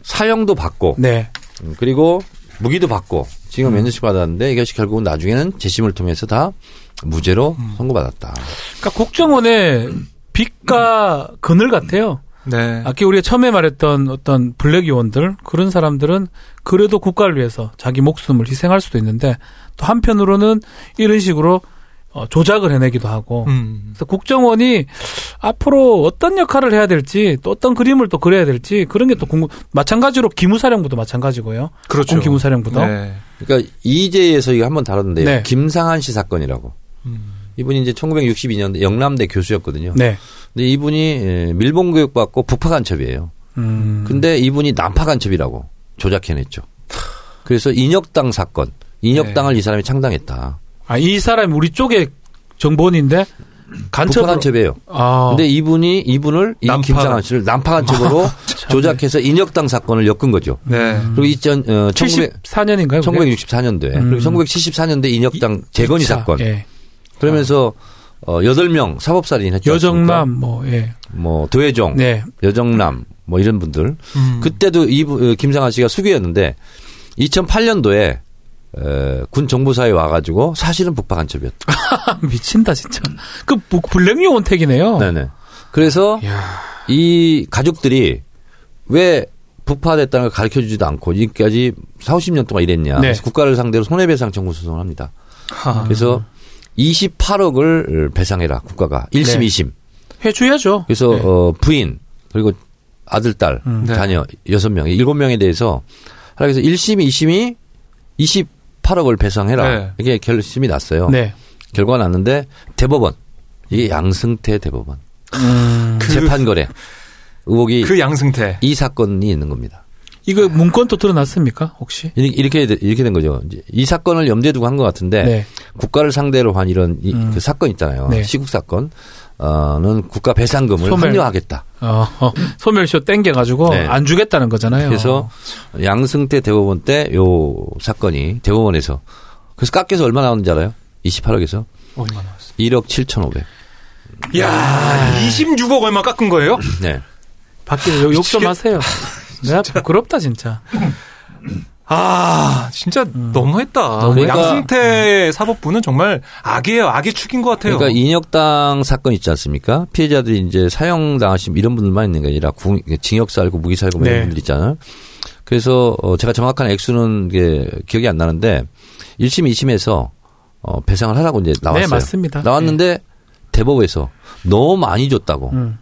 사형도 받고 네. 음, 그리고 무기도 받고 지금 음. 몇 년씩 받았는데 이것이 결국은 나중에는 재심을 통해서 다 무죄로 음. 선고받았다. 그러니까 국정원의 빛과 그늘 같아요. 네. 아까 우리가 처음에 말했던 어떤 블랙 요원들 그런 사람들은 그래도 국가를 위해서 자기 목숨을 희생할 수도 있는데 또 한편으로는 이런 식으로 어, 조작을 해내기도 하고 음. 그래서 국정원이 앞으로 어떤 역할을 해야 될지 또 어떤 그림을 또 그려야 될지 그런 게 또 궁금. 마찬가지로 기무사령부도 마찬가지고요. 그렇죠. 공기무사령부도. 네. 그러니까 이재에서 이거 한번 다뤘는데요. 네. 김상한 씨 사건이라고. 음. 이분이 이제 1962년 영남대 교수였거든요. 네. 근데 이분이 예, 밀봉 교육받고 북파 간첩이에요. 음. 근데 이분이 남파 간첩이라고 조작해냈죠. 그래서 인혁당 사건, 인혁당을 네. 이 사람이 창당했다. 아, 이 사람이 우리 쪽에 정보원인데 간첩 북파 간첩이에요. 아. 근데 이분이 이분을 이 남파. 김상한 씨를 남파 [laughs] 간첩으로 아, 네. 조작해서 인혁당 사건을 엮은 거죠. 네. 음. 그리고 2000, 어, 1900, 74년인가요? 1964년대 네. 음. 그리고 1974년대 인혁당 재건이 사건 예. 그러면서 어, 8명 사법살인 했죠. 여정남 뭐 예. 뭐 도혜종, 네. [laughs] 여정남 뭐 이런 분들 음. 그때도 이 부- 어, 김상한 씨가 수기였는데 2008년도에 에, 군 정보사에 와가지고 사실은 북파 간첩이었다. 아, 미친다 진짜. 그 부- 블랙 어. 요원택이네요. 네네. 그래서 이야. 이 가족들이 왜 북파됐다는 걸 가르쳐 주지도 않고 지금까지 40, 50년 동안 이랬냐. 네. 아. 그래서 국가를 상대로 손해배상 청구 소송을 합니다. 하. 그래서 28억을 배상해라 국가가 1심, 네. 이 2심. 해줘야죠. 그래서 네. 어, 부인 그리고 아들, 딸, 음. 네. 자녀 6명, 7명에 대해서 하라 그래서 1심, 2심이 28억을 배상해라. 네. 이게 결심이 났어요. 네. 결과가 났는데 대법원 이게 양승태 대법원 음. 그- 재판거래 의혹이 그 양승태. 이 사건이 있는 겁니다. 이거 문건 또 드러났습니까 혹시? 이렇게- 이렇게 돼- 이렇게 된 거죠. 이제 이 사건을 염두에 두고 한 것 같은데 국가를 상대로 한 이런 이, 네. 음. 그 사건 있잖아요. 네. 시국 사건. 어는 국가 배상금을 소멸. 합류하겠다. 어, [laughs] 어, 소멸시효 땡겨가지고 네. 안 주겠다는 거잖아요. 그래서 어. 양승태 대법원 때 요 사건이 대법원에서 그래서 깎여서 얼마 나오는지 알아요? 28억에서 얼마 나왔어? 1억 7,500. 야, 26억 얼마 깎은 거예요? 네. 밖에 욕좀 미치겠- [laughs] 하세요. 내가 부끄럽다 진짜. 네, 아, 진짜 너무했다. 네, 너무했다. 양승태 사법부는 정말 악이에요. 악의 축인 것 같아요. 그러니까 인혁당 사건 있지 않습니까? 피해자들이 이제 사형 당하신 이런 분들만 있는 게 아니라 구- 징역 살고 무기 살고 뭐 네. 이런 분들 있잖아요. 그래서 어, 제가 정확한 액수는 이게 기억이 안 나는데 1심, 2심에서 어, 배상을 하라고 이제 나왔어요. 네 맞습니다. 나왔는데 대법에서 너무 많이 줬다고 네. 음,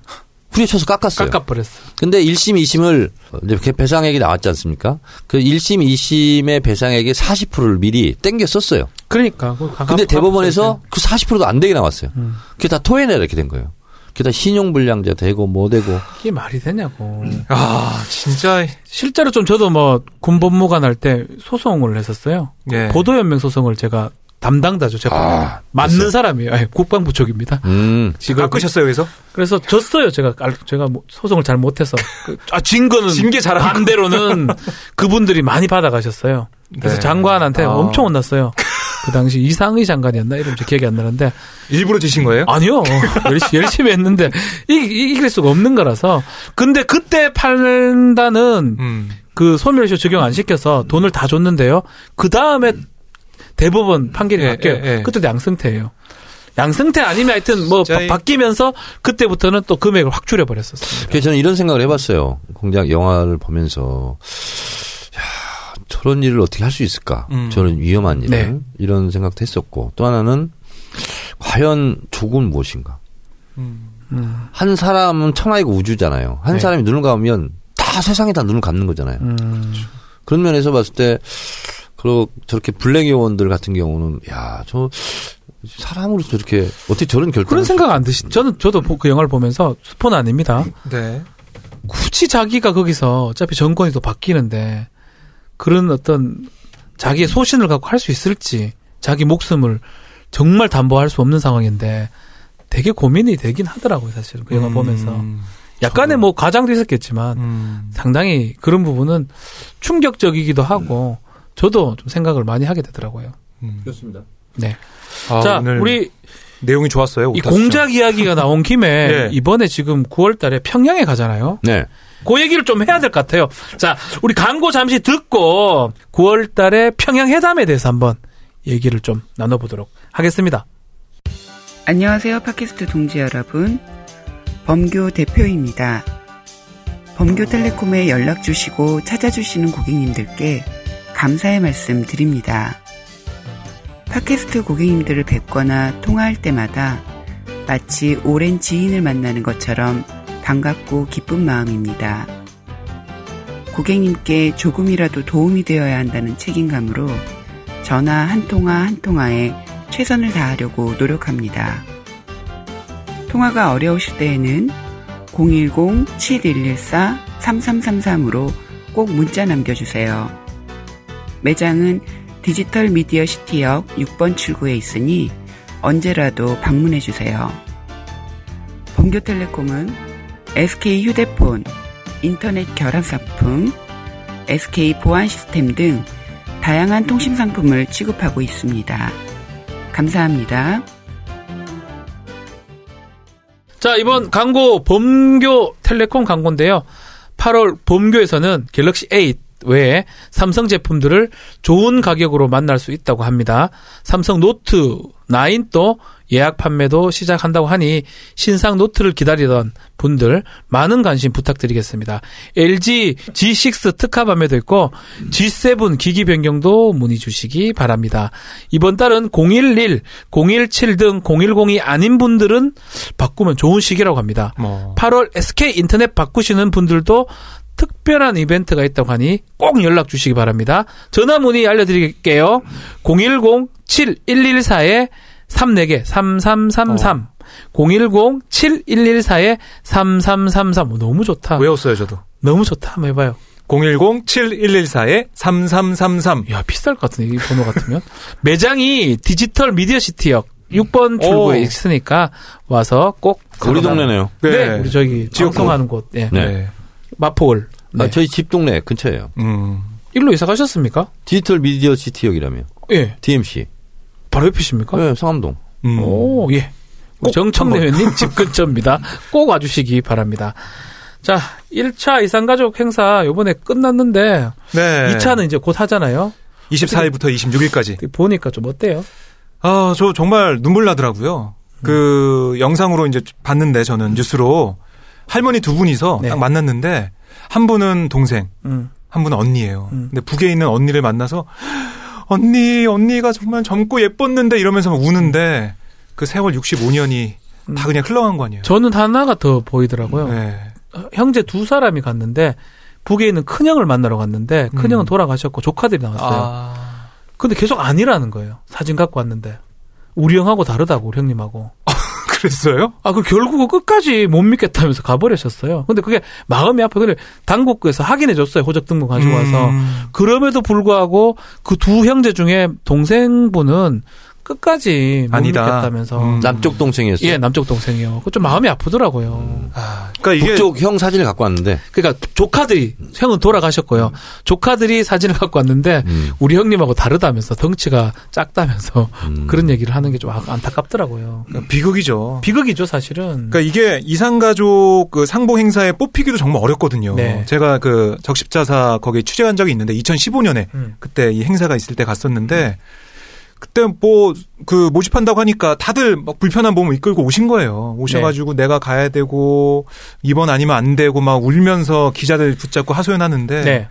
후려쳐서 깎았어요. 깎아버렸어. 근데 1심, 2심을 이렇게 배상액이 나왔지 않습니까? 그 1심, 2심의 배상액의 40%를 미리 땡겨 썼어요. 그러니까. 그거 가- 근데 가- 대법원에서 그 40%도 안 되게 나왔어요. 음. 그게 다 토해내라 이렇게 된 거예요. 그게 다 신용불량자 되고 뭐 되고 이게 말이 되냐고. 음. 아, 진짜 실제로 좀 저도 뭐 군법무관 할 때 소송을 했었어요. 예. 보도연맹 소송을 제가 담당자죠. 제가 네. 아, 맞는 됐어요. 사람이에요. 아니, 국방부 쪽입니다. 음. 지금 깎으셨어요 여기서? 그래서 졌어요. 제가 알- 제가 뭐 소송을 잘 못해서 그- 아, 진 거는 진게 잘한 반대로는 [laughs] 그분들이 많이 받아가셨어요. 그래서 네. 장관한테 아. 엄청 혼났어요. 그 당시 이상의 장관이었나 이름 제 기억이 안 나는데 일부러 지신 거예요? 아니요 열심히, 열심히 했는데 이, 이, 이길 수가 없는 거라서 근데 그때 판단은 음. 그 소멸시효 적용 안 시켜서 돈을 다 줬는데요. 그 다음에 대법원 판결이 예, 바뀌어요. 예, 예. 그때 양승태예요. 양승태 아니면 하여튼 뭐 진짜 이- 바, 뀌면서 그때부터는 또 금액을 확 줄여버렸었어요. 그래서 저는 이런 생각을 해봤어요. 공작 영화를 보면서 야, 저런 일을 어떻게 할 수 있을까? 음. 저런 위험한 일을 네. 이런 생각도 했었고 또 하나는 과연 죽은 무엇인가? 음. 한 사람은 천하이고 우주잖아요. 한 네. 사람이 눈을 감으면 다 세상이 다 눈을 감는 거잖아요. 음, 그렇죠. 그런 면에서 봤을 때, 그러, 저렇게 블랙 요원들 같은 경우는, 야, 저, 사람으로 저렇게, 어떻게 저런 결정을. 그런 생각 안 드시? 저는 저도 보- 그 영화를 보면서 스폰 아닙니다. 네. 굳이 자기가 거기서 어차피 정권이 또 바뀌는데 그런 어떤 자기의 소신을 갖고 할 수 있을지 자기 목숨을 정말 담보할 수 없는 상황인데 되게 고민이 되긴 하더라고요 사실은 그 영화 보면서 음. 약간의 뭐 과장도 있었겠지만 음. 상당히 그런 부분은 충격적이기도 하고 저도 좀 생각을 많이 하게 되더라고요. 음. 그렇습니다. 네. 아, 자, 오늘 우리 내용이 좋았어요. 이 오타수 씨. 공작 이야기가 나온 [laughs] 김에 예. 이번에 지금 9월 달에 평양에 가잖아요. 네. 그 얘기를 좀 해야 될 것 같아요. 자, 우리 광고 잠시 듣고 9월 달에 평양 회담에 대해서 한번 얘기를 좀 나눠보도록 하겠습니다. 안녕하세요, 팟캐스트 동지 여러분. 범교 대표입니다. 범교텔레콤에 연락 주시고 찾아주시는 고객님들께 감사의 말씀 드립니다. 팟캐스트 고객님들을 뵙거나 통화할 때마다 마치 오랜 지인을 만나는 것처럼 반갑고 기쁜 마음입니다. 고객님께 조금이라도 도움이 되어야 한다는 책임감으로 전화 한 통화 한 통화에 최선을 다하려고 노력합니다. 통화가 어려우실 때에는 010-7114-3333으로 꼭 문자 남겨주세요. 매장은 디지털 미디어 시티역 6번 출구에 있으니 언제라도 방문해주세요. 범교텔레콤은 SK 휴대폰, 인터넷 결합 상품, SK 보안 시스템 등 다양한 통신 상품을 취급하고 있습니다. 감사합니다. 자, 이번 광고 범교 텔레콤 광고인데요. 8월 범교에서는 갤럭시 8 외에 삼성 제품들을 좋은 가격으로 만날 수 있다고 합니다. 삼성 노트 9도 예약 판매도 시작한다고 하니 신상 노트를 기다리던 분들 많은 관심 부탁드리겠습니다. LG G6 특화 판매도 있고 G7 기기 변경도 문의 주시기 바랍니다. 이번 달은 011, 017 등 010이 아닌 분들은 바꾸면 좋은 시기라고 합니다. 뭐. 8월 SK 인터넷 바꾸시는 분들도 특별한 이벤트가 있다고 하니 꼭 연락 주시기 바랍니다. 전화 문의 알려드릴게요. 010-7114-34개 3333 어. 010-7114-3333 너무 좋다. 외웠어요 저도. 너무 좋다. 한번 해봐요. 010-7114-3333. 야 비쌀 것 같은데 이 번호 같으면 [laughs] 매장이 디지털 미디어시티역 6번 출구에 오. 있으니까 와서 꼭 음. 우리 동네네요. 네, 우리 저기 지역구. 방송하는 곳 예. 네. 마포홀 네. 아, 저희 집 동네 근처예요. 음. 일로 이사 가셨습니까? 디지털 미디어 시티역이라며. 예. DMC. 바로 옆이십니까? 네, 성암동. 음. 오, 예. 꼭 정청래 회원님 [laughs] 집 근처입니다. 꼭 와주시기 바랍니다. 자, 1차 이산가족 행사 요번에 끝났는데, 네. 2차는 이제 곧 하잖아요. 24일부터 26일까지. 보니까 좀 어때요? 아, 저 정말 눈물 나더라고요. 그 영상으로 이제 봤는데 저는 뉴스로 할머니 두 분이서 네. 딱 만났는데 한 분은 동생, 음. 한 분은 언니예요. 음. 근데 북에 있는 언니를 만나서 언니, 언니가 정말 젊고 예뻤는데 이러면서 막 우는데 그 세월 65년이 음. 다 그냥 흘러간 거 아니에요. 저는 하나가 더 보이더라고요. 네. 어, 형제 두 사람이 갔는데, 북에 있는 큰형을 만나러 갔는데, 큰형은 음. 돌아가셨고, 조카들이 나왔어요. 아. 근데 계속 아니라는 거예요. 사진 갖고 왔는데. 우리 형하고 다르다고, 우리 형님하고. [laughs] 그랬어요? 아, 그 결국은 끝까지 못 믿겠다면서 가버리셨어요. 근데 그게 마음이 아파. 근데 당국에서 확인해 줬어요. 호적 등본 가지고 와서. 음. 그럼에도 불구하고 그 두 형제 중에 동생분은 끝까지 못 아니다. 믿겠다면서. 음. 남쪽 동생이었어요. 예, 남쪽 동생이요. 그 좀 마음이 아프더라고요. 아, 그러니까 이게 북쪽 형 사진을 갖고 왔는데 그러니까 조카들이 형은 돌아가셨고요. 조카들이 사진을 갖고 왔는데 음. 우리 형님하고 다르다면서 덩치가 작다면서 [laughs] 음. 그런 얘기를 하는 게 좀 아, 안타깝더라고요. 비극이죠. 비극이죠, 사실은. 그러니까 이게 이산가족 그 상봉 행사에 뽑히기도 정말 어렵거든요. 네. 제가 그 적십자사 거기 취재한 적이 있는데 2015년에 음. 그때 이 행사가 있을 때 갔었는데 그때 뭐 그 모집한다고 하니까 다들 막 불편한 몸을 이끌고 오신 거예요. 오셔가지고 네. 내가 가야 되고 이번 아니면 안 되고 막 울면서 기자들 붙잡고 하소연하는데 네. 음.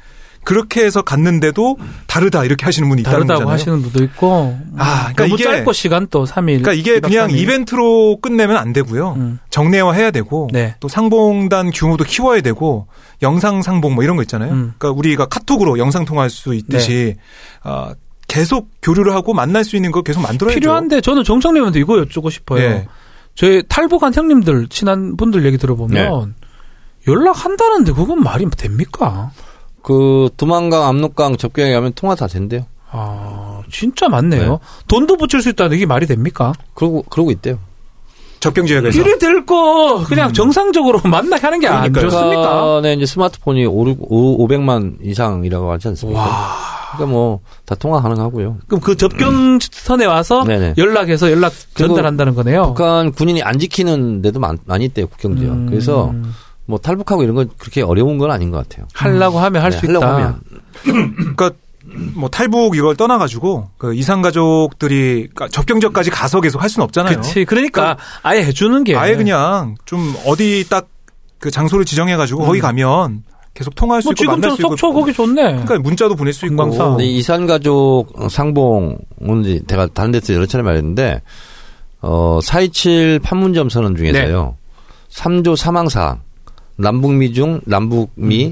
그렇게 해서 갔는데도 다르다 이렇게 하시는 분이 있다는 다르다고 거잖아요. 하시는 분도 있고. 아, 음, 그러니까 너무 이게- 짧고 시간 또 3일. 그러니까 이게 그냥 3일. 이벤트로 끝내면 안 되고요. 음. 정례화 해야 되고 네. 또 상봉단 규모도 키워야 되고 영상 상봉 뭐 이런 거 있잖아요. 음. 그러니까 우리가 카톡으로 영상 통화할 수 있듯이 네. 아, 계속 교류를 하고 만날 수 있는 거 계속 만들어야죠. 필요한데 저는 정청님한테 이거 여쭙고 싶어요. 예. 저희 탈북한 형님들 친한 분들 얘기 들어보면 네. 연락한다는데 그건 말이 됩니까? 그 두만강 압록강 접경에 가면 통화 다 된대요. 아 진짜 많네요. 돈도 붙일 수 있다는 이게 말이 됩니까? 그러고 그러고 있대요. 접경 지역에서 이래 될거 그냥 정상적으로 [laughs] 만나게 하는 게 안 음. 그러니까요. 좋습니까? 북한의 네, 이제 스마트폰이 오르- 오 500만 이상이라고 하지 않습니까? 그러니까 뭐 다 통화 가능하고요. 그럼 그 접경선에 와서 음. 네네. 연락해서 연락 전달한다는 거네요. 북한 군인이 안 지키는 데도 많, 많이 있대요 국경 지역. 음, 그래서 뭐 탈북하고 이런 건 그렇게 어려운 건 아닌 것 같아요. 하려고 하면 할 네, 수 하려고 있다. 하면. 그러니까 뭐 탈북 이걸 떠나가지고 그 이산 가족들이 접경지역까지 가서 계속 할 수는 없잖아요. 그치. 그러니까 아예 해주는 게 아예 그냥 좀 어디 딱 그 장소를 지정해가지고 거기 가면 계속 통화할 음. 수뭐 있고 지금 만날 저 수 있고 속초 거기 좋네. 그러니까 문자도 보낼 수 있고 금강산. 근데 네, 이산 가족 상봉은 이제 제가 다른 데서 여러 차례 말했는데 어427 판문점 선언 네. 중에서요. 3조 사망사항 남북미 중 음.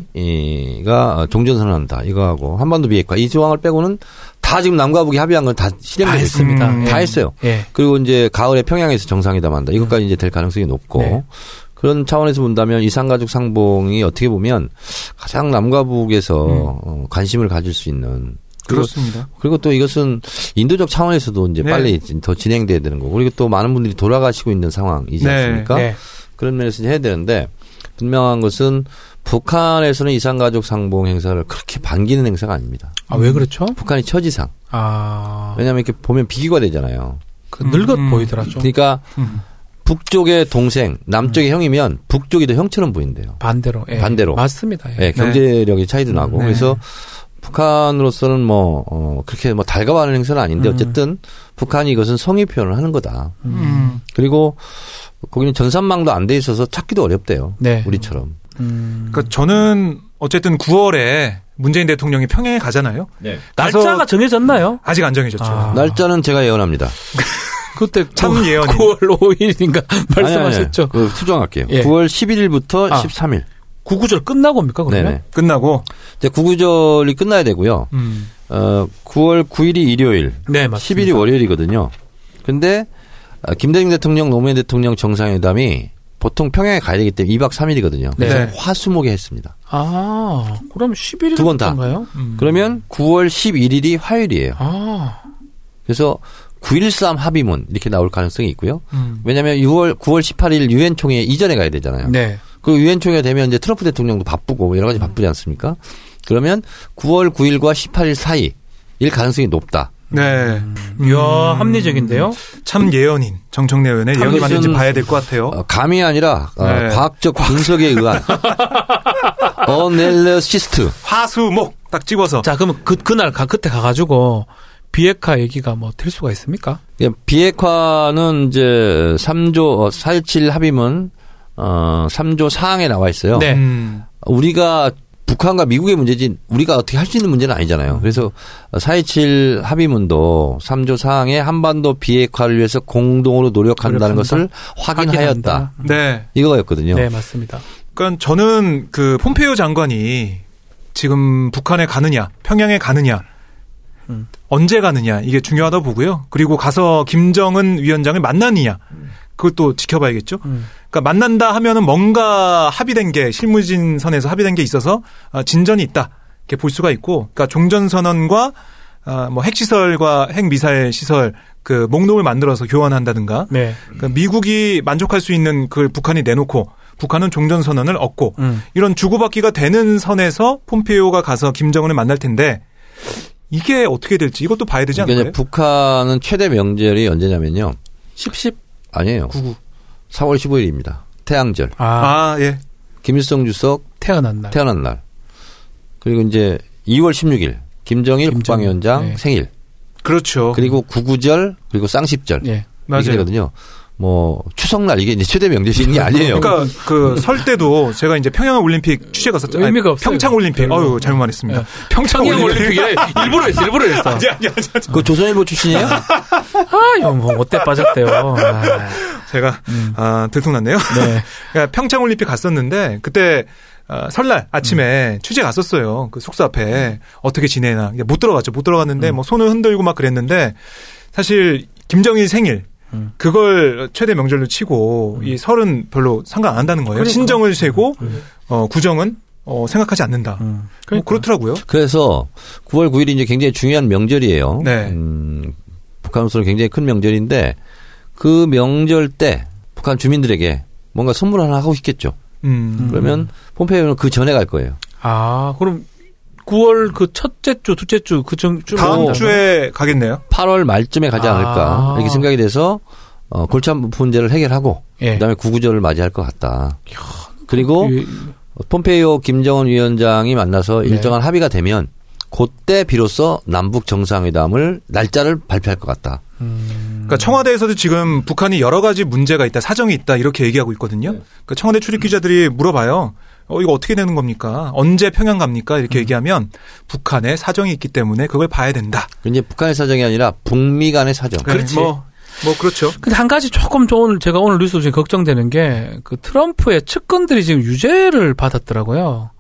남북미가 종전 선언한다 이거하고 한반도 비핵화 이 조항을 빼고는 다 지금 남과 북이 합의한 건 다 다 실행되고 있습니다. 했습니다. 음, 예. 다 했어요. 예. 그리고 이제 가을에 평양에서 정상회담한다. 이것까지 이제 될 가능성이 높고 네. 그런 차원에서 본다면 이산가족 상봉이 어떻게 보면 가장 남과 북에서 음. 어, 관심을 가질 수 있는 그리고, 그렇습니다. 그리고 또 이것은 인도적 차원에서도 이제 네. 빨리 진- 더 진행돼야 되는 거고 그리고 또 많은 분들이 돌아가시고 있는 상황이지 네. 않습니까? 네. 그런 면에서 이제 해야 되는데 분명한 것은 북한에서는 이산가족 상봉 행사를 그렇게 반기는 행사가 아닙니다. 아, 왜 그렇죠? 북한이 처지상 아, 왜냐하면 이렇게 보면 비교가 되잖아요. 그 늙어 음. 보이더라, 좀. 그러니까 음. 북쪽의 동생, 남쪽의 형이면 북쪽이 더 형처럼 보인대요. 반대로. 예. 반대로. 맞습니다. 예. 예, 경제력이 차이도 나고 네. 그래서 북한으로서는 뭐 어, 그렇게 뭐 달가워하는 행사는 아닌데 음. 어쨌든 북한이 이것은 성의 표현을 하는 거다. 음. 그리고 거기는 전산망도 안 돼 있어서 찾기도 어렵대요. 네. 우리처럼. 음. 그러니까 저는 어쨌든 9월에 문재인 대통령이 평양에 가잖아요. 가서- 날짜가 정해졌나요? 아직 안 정해졌죠. 아. 날짜는 제가 예언합니다. 그때 참뭐 구- 예언이. 9월 5일인가 말씀하셨죠. 아니, 아니, 그 수정할게요. 예. 9월 11일부터 아. 13일. 구구절 끝나고 옵니까 그러면? 네네. 끝나고 이제 구구절이 끝나야 되고요. 음. 어, 9월 9일이 일요일. 네, 맞습니다. 10일이 월요일이거든요. 근데 아, 김대중 대통령, 노무현 대통령 정상회담이 보통 평양에 가야 되기 때문에 2박 3일이거든요. 그래서 네. 화수목에 했습니다. 아, 그럼 11일 두번 다. 인가요? 음. 그러면 9월 11일이 화요일이에요. 아, 그래서 9.13 합의문 이렇게 나올 가능성이 있고요. 음. 왜냐하면 6월 9월 18일 유엔 총회 이전에 가야 되잖아요. 네. 그리고 유엔 총회가 되면 이제 트럼프 대통령도 바쁘고 뭐 여러 가지 바쁘지 않습니까? 그러면 9월 9일과 18일 사이 일 가능성이 높다. 네. 음. 이야, 합리적인데요? 참 예언인 정청래 의원의 예언이 당신은- 맞는지 봐야 될 것 같아요. 어, 감이 아니라 어, 네. 과학적 분석에 의한 어넬레시스트 화수목 딱 집어서 [laughs] 자, 그러면 그, 그날, 가, 그때 가가지고, 비핵화 얘기가 뭐 될 수가 있습니까? 예, 비핵화는 이제 3조 어, 417 합의문 어 3조 사항에 나와 있어요. 네. 음. 우리가 북한과 미국의 문제지 우리가 어떻게 할 수 있는 문제는 아니잖아요. 그래서 4.27 합의문도 3조 사항에 한반도 비핵화를 위해서 공동으로 노력한다는 것을 확인하였다. 확인한다. 네. 이거였거든요. 네, 맞습니다. 그러니까 저는 그 폼페이오 장관이 지금 북한에 가느냐, 평양에 가느냐, 음. 언제 가느냐 이게 중요하다 보고요. 그리고 가서 김정은 위원장을 만나느냐 그것도 지켜봐야겠죠. 음. 그러니까 만난다 하면은 뭔가 합의된 게 실무진 선에서 합의된 게 있어서 아, 진전이 있다 어, 이렇게 볼 수가 있고, 그러니까 종전 선언과 아, 뭐 핵시설과 핵미사일 시설 그 목록을 만들어서 교환한다든가 네. 그러니까 미국이 만족할 수 있는 그걸 북한이 내놓고 북한은 종전 선언을 얻고 음. 이런 주고받기가 되는 선에서 폼페이오가 가서 김정은을 만날 텐데 이게 어떻게 될지 이것도 봐야 되지 그러니까 않나요? 이제 북한은 최대 명절이 언제냐면요. 10, 10. 아니에요. 99. 4월 15일입니다. 태양절. 아, 아, 예. 김일성 주석 태어난 날. 태어난 날. 그리고 이제 2월 16일 김정일, 김정일 국방위원장 네. 생일. 그렇죠. 그리고 구구절 그리고 쌍십절. 예. 이게 맞아요. 되거든요. 뭐 추석날 이게 이제 최대 명절인 게 아니에요. 그러니까 음. 그 설 때도 제가 이제 평양 올림픽 취재 갔었잖아요. 의미가 없어요. 평창 올림픽. 별로. 어유 잘못 말했습니다. 예. 평창 평양 올림픽. 올림픽이래. 일부러 했어, 일부러 했어. 그러니까 아니 아니 아니. 아니. 그 [laughs] 조선일보 출신이에요? 아, 연봉 어때 빠졌대요. 아, 제가 음. 아, 들통났네요. 네. 그러니까 평창 올림픽 갔었는데 그때 어, 설날 음. 아침에 취재 갔었어요. 그 숙소 앞에 어떻게 지내나 그러니까 못 들어갔죠. 못 들어갔는데 음. 뭐 손을 흔들고 막 그랬는데 사실 김정일 생일 음. 그걸 최대 명절로 치고 이 설은 별로 상관 안 한다는 거예요. 그러니까. 신정을 세고 음. 어, 구정은 어, 생각하지 않는다. 음. 뭐 그렇더라고요. 그래서 9월 9일이 이제 굉장히 중요한 명절이에요. 네. 음, 북한으로서는 굉장히 큰 명절인데 그 명절 때 북한 주민들에게 뭔가 선물 하나 하고 싶겠죠. 음. 그러면 폼페이오는 그 전에 갈 거예요. 아, 그럼 9월 그 첫째 주, 둘째 주, 그쯤 다음 주에 가겠네요. 8월 말쯤에 가지 아. 않을까 이렇게 생각이 돼서 어, 골치 아픈 문제를 해결하고 네. 예. 그다음에 구구절을 맞이할 것 같다. 그리고 예. 폼페이오 김정은 위원장이 만나서 네. 일정한 합의가 되면 그때 비로소 남북 정상회담을 날짜를 발표할 것 같다. 음. 그러니까 청와대에서도 지금 북한이 여러 가지 문제가 있다, 사정이 있다 이렇게 얘기하고 있거든요. 그러니까 청와대 출입 기자들이 물어봐요. 어, 이거 어떻게 되는 겁니까? 언제 평양 갑니까? 이렇게 얘기하면 북한의 사정이 있기 때문에 그걸 봐야 된다. 이제 북한의 사정이 아니라 북미 간의 사정. 그렇지. 뭐, 뭐 그렇죠. 근데 한 가지 조금 저 오늘 제가 오늘 뉴스 중에 걱정되는 게 그 트럼프의 측근들이 지금 유죄를 받았더라고요.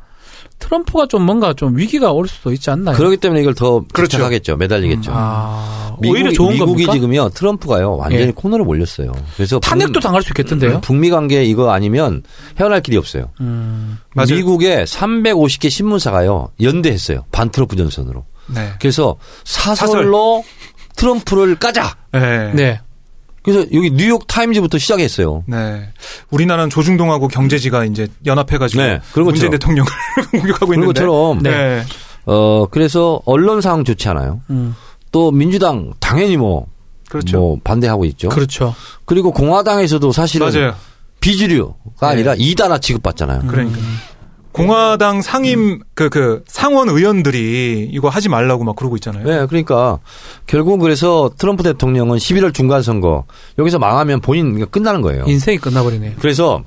트럼프가 좀 뭔가 좀 위기가 올 수도 있지 않나요? 그렇기 때문에 이걸 더 그렇죠. 집착하겠죠. 매달리겠죠. 아, 미국, 오히려 좋은 미국이 겁니까? 지금요 트럼프가요 완전히 예. 코너를 몰렸어요. 그래서 탄핵도 당할 수 있겠던데요. 북, 북미 관계 이거 아니면 헤어날 길이 없어요. 음. 맞아요. 미국의 350개 신문사가요 연대했어요 반 트럼프 전선으로. 네. 그래서 사설로 트럼프를 까자. 네. 네. 네. 그래서 여기 뉴욕 타임즈부터 시작했어요. 네. 우리나라는 조중동하고 경제지가 이제 연합해가지고 네, 그런 것처럼. 문재인 대통령을 [laughs] 공격하고 그런 있는데. 것처럼 네. 어 그래서 언론 상황 좋지 않아요. 음. 또 민주당 당연히 뭐, 그렇죠. 뭐 반대하고 있죠. 그렇죠. 그리고 공화당에서도 사실은 뭐, 맞아요. 네. 비주류가 아니라 이단아 취급받잖아요. 그러니까. 음. 공화당 상임 그 그 상원 의원들이 이거 하지 말라고 막 그러고 있잖아요. 네, 그러니까 결국은 그래서 트럼프 대통령은 11월 중간 선거 여기서 망하면 본인 그러니까 끝나는 거예요. 인생이 끝나버리네요. 그래서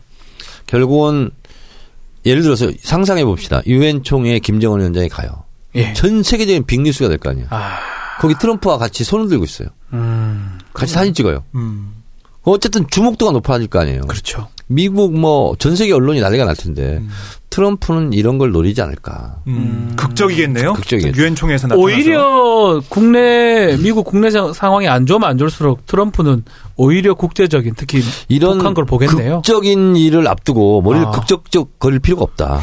결국은 예를 들어서 상상해 봅시다. 유엔 총회에 김정은 위원장이 가요. 예. 전 세계적인 빅뉴스가 될 거 아니에요. 아, 거기 트럼프와 같이 손을 들고 있어요. 음, 같이 사진 찍어요. 음. 어쨌든 주목도가 높아질 거 아니에요. 그렇죠. 미국 뭐 전 세계 언론이 난리가 날 텐데 음. 트럼프는 이런 걸 노리지 않을까. 음, 음. 극적이겠네요. 극적이겠죠. 유엔 총회에서 나타나서 오히려 국내 미국 국내 상- 상황이 안 좋으면 안 좋을수록 트럼프는 오히려 국제적인 특히 이런 독한 걸 보겠네요. 극적인 일을 앞두고 머리를 아. 극적적 거릴 필요가 없다.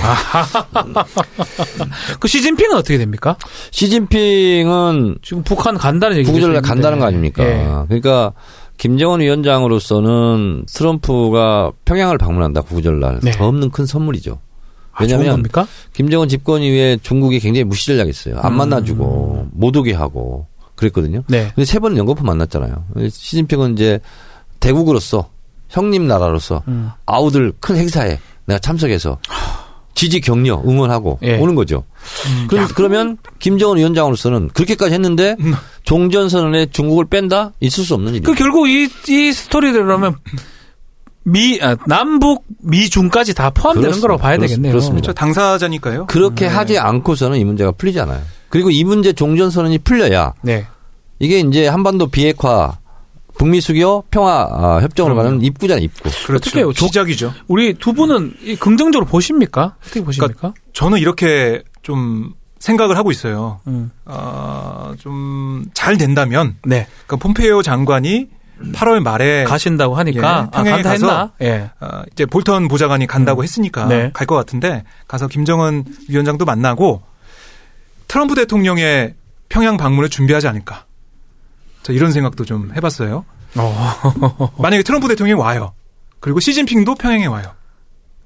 그 시진핑은 어떻게 됩니까? 시진핑은 지금 북한 간다는 네. 얘기 구구절날 간다는 거 아닙니까? 예. 그러니까 김정은 위원장으로서는 트럼프가 평양을 방문한다 구구절날 네. 더 없는 큰 선물이죠. 아, 좋은 왜냐면 겁니까? 김정은 집권 이후에 중국이 굉장히 무시전략했어요. 안 음. 만나주고 못 오게 하고 그랬거든요. 네. 근데 세 번은 연거푸 만났잖아요. 시진핑은 이제 대국으로서 형님 나라로서 음. 아우들 큰 행사에 내가 참석해서 지지 격려 응원하고 예. 오는 거죠. 그럼, 그러면 김정은 위원장으로서는 그렇게까지 했는데 음. 종전 선언에 중국을 뺀다 있을 수 없는 일이죠. 그 결국 이, 이 스토리대로라면 미, 아, 남북, 미중까지 다 포함되는 그렇습니다. 거라고 봐야 그렇- 되겠네요. 그렇습니다. 저 당사자니까요. 그렇게 하지 않고서는 이 문제가 풀리지 않아요. 그리고 이 문제 종전 선언이 풀려야 네. 이게 이제 한반도 비핵화 북미 수교 평화 아, 협정으로 가는 입구잖아요, 입구. 그렇죠. 어떡해요. 저- 시작이죠. 우리 두 분은 이 긍정적으로 보십니까? 그러니까 어떻게 보십니까? 저는 이렇게 좀 생각을 하고 있어요. 음. 아, 좀 잘 된다면 네. 그러니까 폼페이오 장관이 8월 말에 가신다고 하니까. 예, 아, 평양에 간다 했나? 가서 예. 아, 이제 볼턴 보좌관이 간다고 했으니까 네. 갈 것 같은데 가서 김정은 위원장도 만나고 트럼프 대통령의 평양 방문을 준비하지 않을까. 자, 이런 생각도 좀 해봤어요. 어. 만약에 트럼프 대통령이 와요. 그리고 시진핑도 평양에 와요.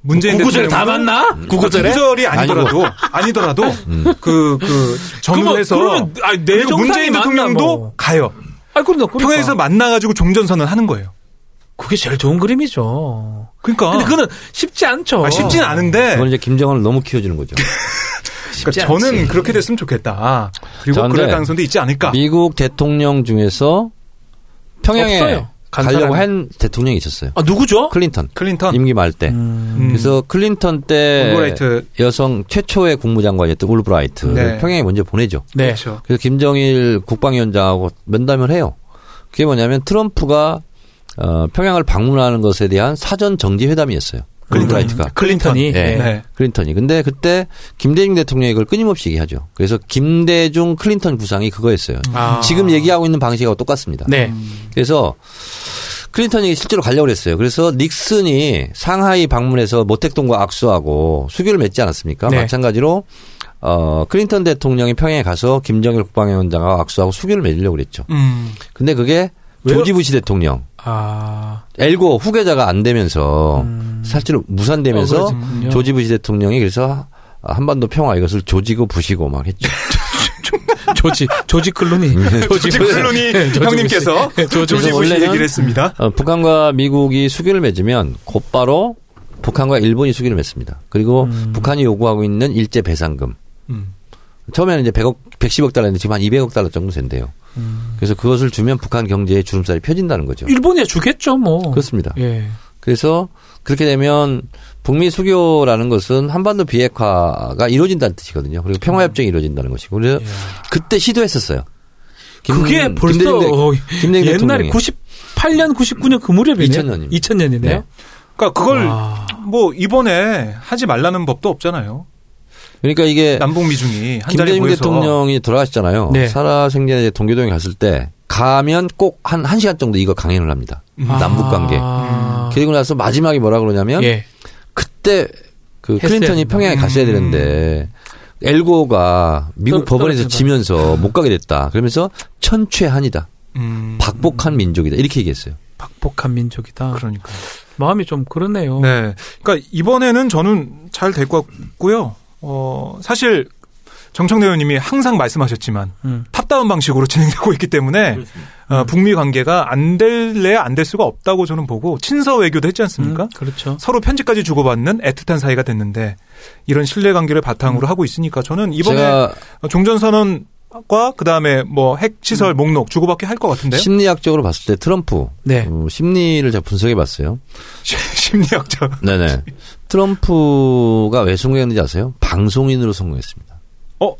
문재인 뭐 구구절 다 대통령은 맞나? 구구절에? 음. 구구절이 아니더라도 아니더라도 그 그 전후해서 그러면, 그러면, 아니, 내 그리고 정상이 문재인 맞나, 대통령도 뭐. 가요. 아, 그럼요. 그러니까. 평양에서 만나가지고 종전선언 하는 거예요. 그게 제일 좋은 그림이죠. 어. 그러니까 근데 어, 그거는 쉽지 않죠. 아, 쉽진 않은데 그건 이제 김정은을 너무 키워주는 거죠. 그러니까 저는 그렇게 됐으면 좋겠다. 그리고 저한테 그럴 가능성도 있지 그러니까 않을까. 미국 대통령 중에서 평양에 없어요. 간 가려고 사람이. 한 대통령이 있었어요. 아, 누구죠? 클린턴 클린턴, 임기 말 때. 음. 음, 그래서 클린턴 때 올브라이트, 여성 최초의 국무장관이었던 울브라이트 네. 평양에 먼저 보내죠. 네. 그렇죠. 그래서 김정일 국방위원장하고 면담을 해요. 그게 뭐냐면 트럼프가 어, 평양을 방문하는 것에 대한 사전 정지 회담이었어요. 울브라이트가 클린턴이. 네. 그러니까. 네. 네. 클린턴이. 근데 그때 김대중 대통령이 그걸 끊임없이 얘기하죠. 그래서 김대중 클린턴 구상이 그거였어요. 아. 지금 얘기하고 음. 있는 방식하고 똑같습니다. 네. 그래서 클린턴이 실제로 가려고 그랬어요. 그래서 닉슨이 상하이 방문해서 모택동과 악수하고 수교를 맺지 않았습니까? 네. 마찬가지로 어 클린턴 대통령이 평양에 가서 김정일 국방위원장과 악수하고 수교를 맺으려고 그랬죠. 음, 근데 그게 왜요? 조지 부시 대통령 아. 엘고 후계자가 안 되면서 실제로 무산되면서 음. 어, 그렇군요. 조지 부시 대통령이 그래서 한반도 평화 이것을 조지고 부시고 막 했죠. 조지, 조지 클루니. 음. 조지 클루니 네, 조지 형님께서 부시. 네, 조지 조지 그래서 부시 원래는- 얘기를 했습니다. 어, 북한과 미국이 수교를 맺으면 곧바로 북한과 일본이 수교를 맺습니다. 그리고 음. 북한이 요구하고 있는 일제 배상금. 음. 처음에는 이제 100억, 110억 달러인데 지금 한 200억 달러 정도 된대요. 그래서 그것을 주면 북한 경제에 주름살이 펴진다는 거죠. 음. 일본에 주겠죠, 뭐. 그렇습니다. 예. 그래서 그렇게 되면 북미 수교라는 것은 한반도 비핵화가 이루어진다는 뜻이거든요. 그리고 평화협정이 이루어진다는 것이고. 그래서 그때 시도했었어요. 김- 예. 그게 벌써 김대중 대- 어, 김대중 옛날에 대통령이. 98년, 99년 그 무렵이네요. 2000년입니다. 2000년이네요. 네. 그러니까 그걸 와. 뭐 이번에 하지 말라는 법도 없잖아요. 그러니까 이게 남북 미중이 한 자리 김대중 모여서 대통령이 돌아가셨잖아요. 네. 살아생전에 동교동에 갔을 때 가면 꼭 한 한 시간 정도 이거 강연을 합니다. 음, 남북 관계. 음. 아. 그리고 나서 마지막에 뭐라 그러냐면 예. 그때 그 했어야 클린턴이 된다. 평양에 갔어야 되는데 엘고가 미국 떨- 법원에서 떨어진다. 지면서 못 가게 됐다. 그러면서 천최한이다. 음, 박복한 민족이다. 이렇게 얘기했어요. 박복한 민족이다. 그러니까. 마음이 좀 그렇네요. 네. 그러니까 이번에는 저는 잘 될 것 같고요. 어, 사실 정청래 의원님이 항상 말씀하셨지만 음. 탑다운 방식으로 [laughs] 진행되고 있기 때문에 어, 음. 북미 관계가 안 될래야 안 될 수가 없다고 저는 보고 친서 외교도 했지 않습니까? 음, 그렇죠. 서로 편지까지 주고받는 애틋한 사이가 됐는데 이런 신뢰 관계를 바탕으로 하고 있으니까 저는 이번에 제가 종전선언과 아, 그다음에 뭐 핵시설 목록 주고받기 할 것 같은데요. [laughs] 심리학적으로 봤을 때 트럼프 네. 어, 심리를 제가 분석해 봤어요. 심리학적. 네네. [laughs] 트럼프가 왜 성공했는지 아세요? 방송인으로 성공했습니다. 어,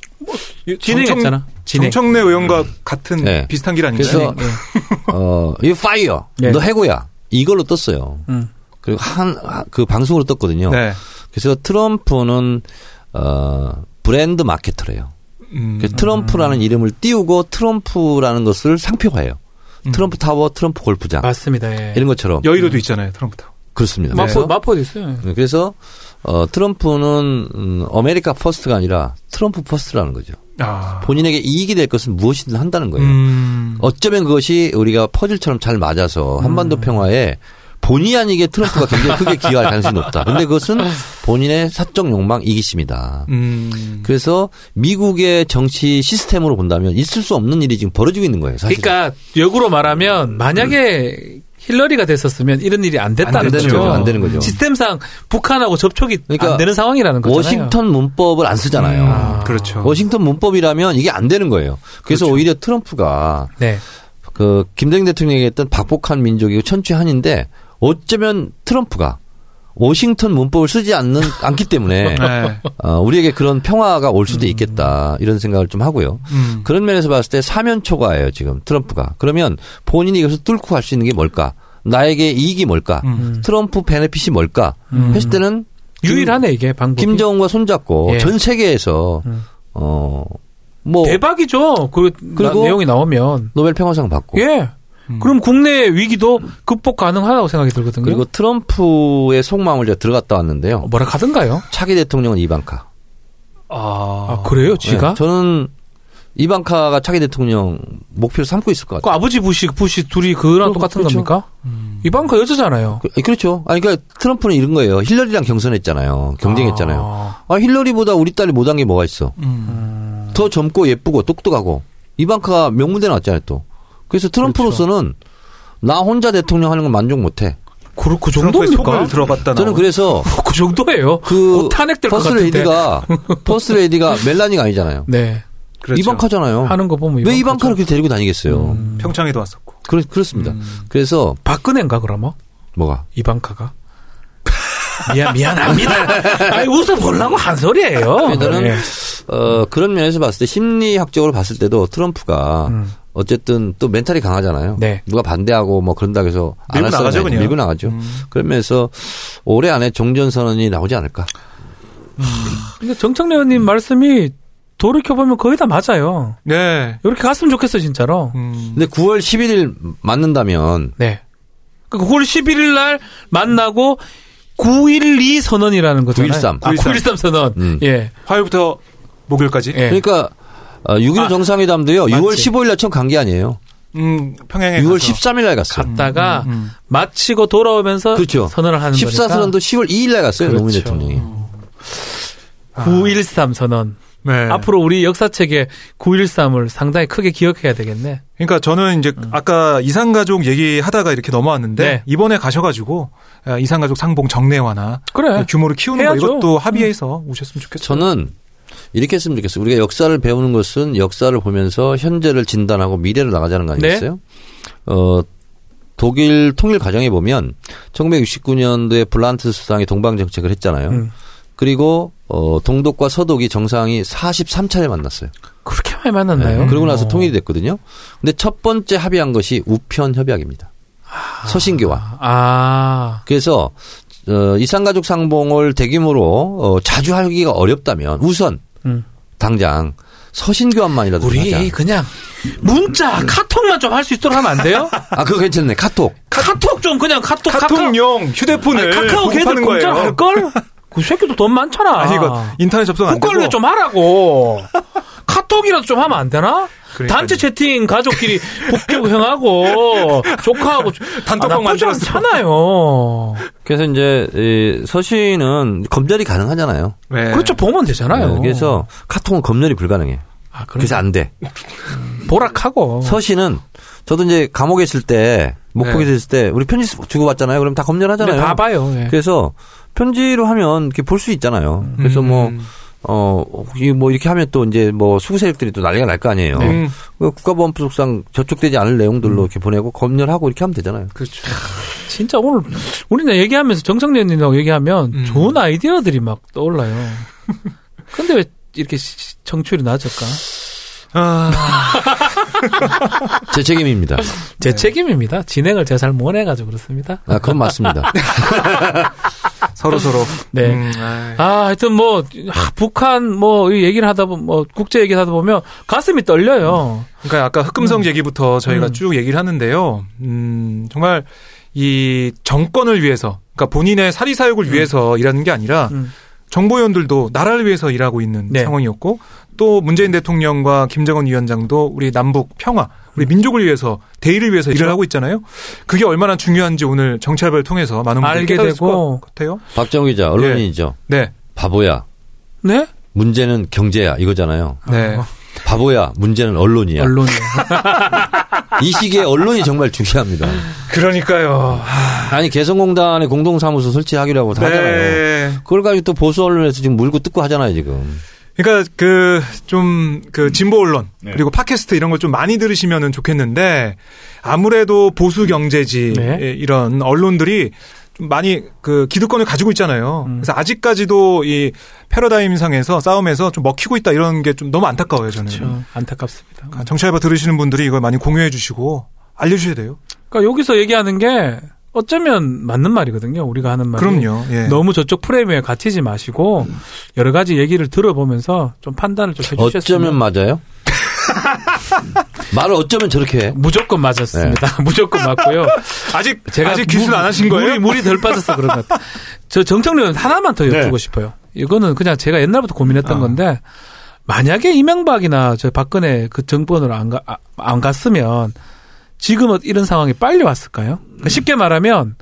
진행했잖아. 진행. 정청래 의원과 같은 네. 비슷한 길 아닌가요? 그래서 네. 어, you fire. 네. 너 해고야. 이걸로 떴어요. 음. 그리고 한, 그 방송으로 떴거든요. 네. 그래서 트럼프는, 어, 브랜드 마케터래요. 음, 그래서 트럼프라는 이름을 띄우고 트럼프라는 것을 상표화해요. 음. 트럼프 타워, 트럼프 골프장. 맞습니다. 예. 아. 이런 것처럼. 여의도도 있잖아요, 트럼프 타워. 그렇습니다. 마포 그래서, 마포도 있어요. 네, 그래서, 어, 트럼프는, 음, 아메리카 퍼스트가 아니라 트럼프 퍼스트라는 거죠. 아. 본인에게 이익이 될 것은 무엇이든 한다는 거예요. 음. 어쩌면 그것이 우리가 퍼즐처럼 잘 맞아서 음. 한반도 평화에 본의 아니게 트럼프가 굉장히 [laughs] 크게 기여할 가능성이 높다. 근데 그것은 본인의 사적 욕망 이기심이다. 음. 그래서 미국의 정치 시스템으로 본다면 있을 수 없는 일이 지금 벌어지고 있는 거예요. 사실. 그러니까 역으로 말하면 만약에 힐러리가 됐었으면 이런 일이 안 됐다는 안 되는 거죠. 거죠. 안 되는 거죠. 시스템상 북한하고 접촉이 그러니까 안 되는 상황이라는 거잖아요. 음. 워싱턴 문법을 안 쓰잖아요. 아, 그렇죠. 워싱턴 문법이라면 이게 안 되는 거예요. 그렇죠. 그래서 오히려 트럼프가 네. 그 김대중 대통령이 했던 박복한 민족이고 천추한인데 어쩌면 트럼프가 워싱턴 문법을 쓰지 않는 않기 [laughs] 때문에 네. 어, 우리에게 그런 평화가 올 수도 있겠다 이런 생각을 좀 하고요. 음. 그런 면에서 봤을 때 사면 초과예요 지금 트럼프가. 그러면 본인이 이것을 뚫고 갈 수 있는 게 뭘까? 나에게 이익이 뭘까? 음. 트럼프 베네핏이 뭘까? 음. 했을 때는 유일하네 이게 방법이. 김정은과 손잡고 예. 전 세계에서 어, 음. 어뭐 대박이죠. 그 나- 그리고- 내용이 나오면 노벨 평화상 받고 예. 음. 그럼 국내 위기도 극복 가능하다고 생각이 들거든요. 그리고 트럼프의 속마음을 제가 들어갔다 왔는데요. 어, 뭐라 가든가요? 차기 대통령은 이방카. 아, 그래요? 네, 지가? 저는 이방카가 차기 대통령 목표로 삼고 있을 것 그 같아요. 아버지 부시 부시 둘이 그랑 그럼 똑같은 그렇죠. 겁니까? 음. 이방카 여자잖아요. 그, 렇죠 아니, 그러니까 트럼프는 이런 거예요. 힐러리랑 경선했잖아요. 경쟁했잖아요. 아, [laughs] 아, 힐러리보다 우리 딸이 못한 게 뭐가 음. 있어? 더 젊고 예쁘고 똑똑하고 이방카가 명문대 나왔잖아요 또. 그래서 트럼프로서는 그렇죠. 나 혼자 대통령 하는 건 만족 못해. 그렇 그 트럼프의 정도입니까? 속을 들어갔다 나온 저는 그래서 그 정도예요. [laughs] 그 곧 탄핵될 것 퍼스트 같은데. [laughs] 레이디가 퍼스트 레이디가 멜라니가 아니잖아요. 네 그렇죠. 이방카잖아요. 하는 거 보면 어. 이방카죠. 왜 음. 이방카를 그렇게 데리고 다니겠어요? 평창에도 왔었고. 그렇, 그렇습니다. 그래서 박근혜인가 그러면 뭐가 이방카가 [laughs] 미안 [laughs] 미안합니다. 아니 웃어 보려고 한 소리예요. 저는 예. 어, 그런 면에서 봤을 때 심리학적으로 봤을 때도 트럼프가 음. 어쨌든 또 멘탈이 강하잖아요. 네. 누가 반대하고 뭐 그런다고 해서 안 밀고 할 나가죠, 사람이 아니죠. 그냥. 밀고 나가죠. 음. 음. 그러면서 올해 안에 종전 선언이 나오지 않을까. 근데 그러니까 정청래 의원님 말씀이 돌이켜 보면 거의 다 맞아요. 네. 이렇게 갔으면 좋겠어 진짜로. 음. 근데 9월 11일 맞는다면 네. 그 9월 11일 날 만나고 912 선언이라는 거잖아요. 913. 아, 913 선언. 음. 예. 화요일부터 목요일까지. 예. 그러니까 어, 6.15 아, 정상회담도요. 맞지. 네, 6월 15일 날 처음 간 게 아니에요. 음, 평양에 6월 가서. 13일 날 갔어요. 갔다가 음. 마치고 돌아오면서 그렇죠. 선언을 하는 거니까. 14선언도 10월 2일 날 갔어요. 그렇죠. 노무현 대통령이. 913 아. 선언. 네. 앞으로 우리 역사책에 913을 상당히 크게 기억해야 되겠네. 그러니까 저는 이제 아까 이산가족 얘기하다가 이렇게 넘어왔는데 음. 네. 이번에 가셔가지고 아, 이산가족 상봉 정례화나 그래. 규모를 키우는 네. 해야죠. 음. 거 이것도 합의해서 오셨으면 좋겠어요. 저는 이렇게 했으면 좋겠어요. 우리가 역사를 배우는 것은 역사를 보면서 현재를 진단하고 미래로 나가자는 거 네. 아니겠어요? 어, 독일 통일 과정에 보면 1969년도에 블란트 수상이 동방 정책을 했잖아요. 음. 그리고 어, 동독과 서독이 정상이 43차례 만났어요. 그렇게 많이 만났나요? 네, 그러고 나서 어. 통일이 됐거든요. 근데 첫 번째 합의한 것이 우편 협약입니다. 서신교와. 아. 그래서 어, 이산가족 상봉을 대규모로 어, 자주 하기가 어렵다면 우선 음. 당장 서신 교환만이라도 좀 우리 하자. 그냥 문자, 카톡만 좀 할 수 있도록 하면 안 [laughs] 돼요? 아 그거 괜찮네 카톡. 카톡 좀 그냥 카톡 카카오- 카톡용 휴대폰을 아니, 카카오 걔들 공급하는 거예요. 공짜 할걸? 그 새끼도 돈 많잖아. [laughs] 아니 이거 인터넷 접속 안 되고 국걸로 좀 [laughs] 하라고. 카톡이라도 좀 하면 안 되나? 그러니까요. 단체 채팅 가족끼리 [laughs] 복귀형하고 조카하고 아, 단톡방 만들었어. 만들었잖아요. 그래서 이제 이 서신은 검열이 가능하잖아요. 네. 그렇죠 보면 되잖아요. 네, 그래서 카톡은 검열이 불가능해. 아, 그럼 그래서 안 돼. 보락하고 어. 서신은 저도 이제 감옥에 있을 때 목포에 네. 있을 때 우리 편지 주고 받잖아요. 네. 그럼 다 근데 검열하잖아요. 봐봐요. 예. 그래서 편지로 하면 이렇게 볼 수 있잖아요. 그래서 음. 뭐 어, 이뭐 이렇게 하면 또 이제 뭐 수구 세력들이 또 난리가 날 거 아니에요. 음, 그 국가보안법상 저촉되지 않을 내용들로 이렇게 보내고 검열하고 이렇게 하면 되잖아요. 그렇죠. 진짜 오늘 우리는 얘기하면서 정성련님하고 얘기하면 음. 좋은 아이디어들이 막 떠올라요. [laughs] 근데 왜 이렇게 시- 시- 청취율이 낮을까? 아, 제 책임입니다. 제 네. 책임입니다. 진행을 제가 잘 못해가지고 그렇습니다. 아, 그건 맞습니다. [laughs] 서로 서로. 네. 음, 아이. 아, 하여튼 뭐 아, 북한 뭐이 얘기를 하다 보면 뭐 국제 얘기를 하다 보면 가슴이 떨려요. 그러니까 아까 흑금성 얘기부터 저희가 음. 쭉 얘기를 하는데요. 음, 정말 이 정권을 위해서, 그러니까 본인의 사리사욕을 위해서 일하는 게 아니라 음. 정보위원들도 나라를 위해서 일하고 있는 네. 상황이었고 또 문재인 대통령과 김정은 위원장도 우리 남북 평화, 우리 민족을 위해서 대의를 위해서 일을 하고 있잖아요. 그게 얼마나 중요한지 오늘 정찰발을 통해서 많은 분들이 알게 깨달았을 되고. 것 같아요. 박정우 기자, 언론인이죠. 예. 네, 바보야. 네? 문제는 경제야. 이거잖아요. 네, 바보야. 문제는 예. 언론이야. [laughs] 언론이. 이 시기에 언론이 정말 중요합니다. 그러니까요. 아니, 개성공단에 공동사무소 설치하기로 하고 다 하잖아요. 네. 그걸 가지고 또 보수 언론에서 지금 물고 뜯고 하잖아요, 지금. 그러니까 그 좀 그 진보 언론 그리고 팟캐스트 이런 걸 좀 많이 들으시면은 좋겠는데 아무래도 보수 경제지 네. 예, 이런 언론들이 좀 많이 그 기득권을 가지고 있잖아요. 음. 그래서 아직까지도 이 패러다임상에서 싸움에서 좀 먹히고 있다 이런 게 좀 너무 안타까워요 저는. 참 그렇죠. 안타깝습니다. 그러니까 정치알바 들으시는 분들이 이걸 많이 공유해 주시고 알려주셔야 돼요. 그러니까 여기서 얘기하는 게 어쩌면 맞는 말이거든요. 우리가 하는 말이. 그럼요. 네. 예. 너무 저쪽 프레임에 갇히지 마시고 여러 가지 얘기를 들어보면서 좀 판단을 좀 해주셨으면. 어쩌면 맞아요? 말을 어쩌면 저렇게 해. 무조건 맞았습니다. [laughs] 네. 무조건 맞고요. 아직 제가 아직 기술 물- 안 하신 거예요? 물이, 물이 덜 빠져서 그런 것 [laughs] 같아요. 저 정청래 의원 하나만 더 여쭈고 네. 아. 싶어요. 이거는 그냥 제가 옛날부터 고민했던 건데 만약에 이명박이나 저 박근혜 그 정권으로 안, 가, 아, 안 갔으면 지금은 이런 상황이 빨리 왔을까요? 그러니까 쉽게 말하면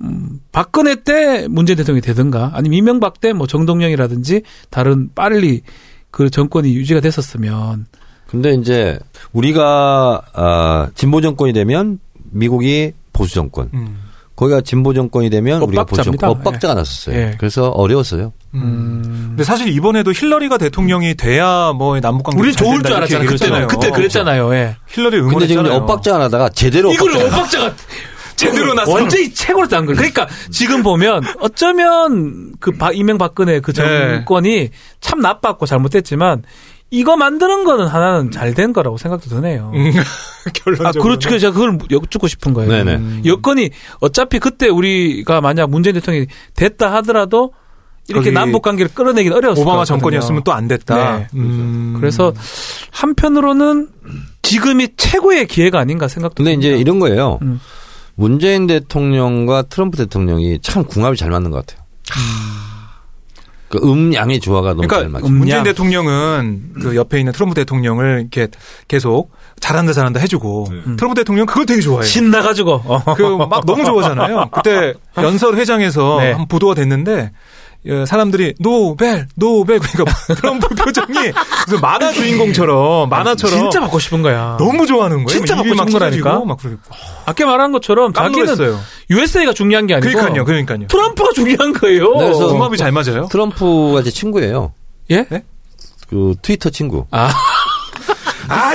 음, 박근혜 때 문재인 대통령이 되든가 아니면 이명박 때 뭐 정동영이라든지 다른 빨리 그 정권이 유지가 됐었으면 근데 이제 우리가 아, 진보 정권이 되면 미국이 보수 정권. 음. 거기가 진보 정권이 되면 우리가 보수 엇박자입니다. 정권. 엇박자가 났었어요. 예. 그래서 어려웠어요. 음. 근데 사실 이번에도 힐러리가 대통령이 돼야 뭐 남북 관계 우리 좋을 줄 알았잖아요. 그렇죠. 그때 그때 그랬잖아요. 예. 어. 힐러리 근데 응원했잖아요. 지금 이제 엇박자가 나다가 제대로 이걸 엇박자가 나. 엇박자가 제대로 났어. 완전히 최고로 딴 거예요. 그러니까 지금 보면 어쩌면 그 바- 이명박근혜 그 네. 정권이 참 나빴고 잘못됐지만 이거 만드는 거는 하나는 잘 된 거라고 생각도 드네요. [laughs] 음, [laughs] 아, 결론적으로. 그렇죠. 그래서 제가 그걸 여쭙고 싶은 거예요. 네네. 음. 여건이 어차피 그때 우리가 만약 문재인 대통령이 됐다 하더라도 이렇게 거기 남북 관계를 끌어내기는 어려웠을 것 오바마 같거든요. 정권이었으면 또 안 됐다. 네. 음. 그래서 한편으로는 지금이 최고의 기회가 아닌가 생각도 근데 이제 이런 거예요. 음. 문재인 대통령과 트럼프 대통령이 참 궁합이 잘 맞는 것 같아요. 그 음양의 조화가 너무 잘 그러니까 맞죠. 문재인 음량. 대통령은 그 옆에 있는 트럼프 대통령을 이렇게 계속 잘한다 잘한다 해주고 음. 트럼프 대통령 그걸 되게 좋아해요. 신나가지고 어. 그 막 너무 좋아하잖아요. 그때 연설 회장에서 네. 한 보도가 됐는데 예, 사람들이 노벨 노벨 [laughs] 그러니까 트럼프 표정이 무슨 만화 주인공처럼 만화처럼 아, 진짜 받고 싶은 거야. 너무 좋아하는 거예요. 진짜 입이 받고 막 싶은 거라니까. 찢어지고 막 그렇게 아까 말한 것처럼 자기는 깜놀했어요. USA가 중요한 게 아니고 그러니까요, 그러니까요. 어. 트럼프가 중요한 거예요. 네, 그래서- 네. 궁합이 잘 맞아요. 트럼프가 제 친구예요. 예? 그 트위터 친구. 아 아,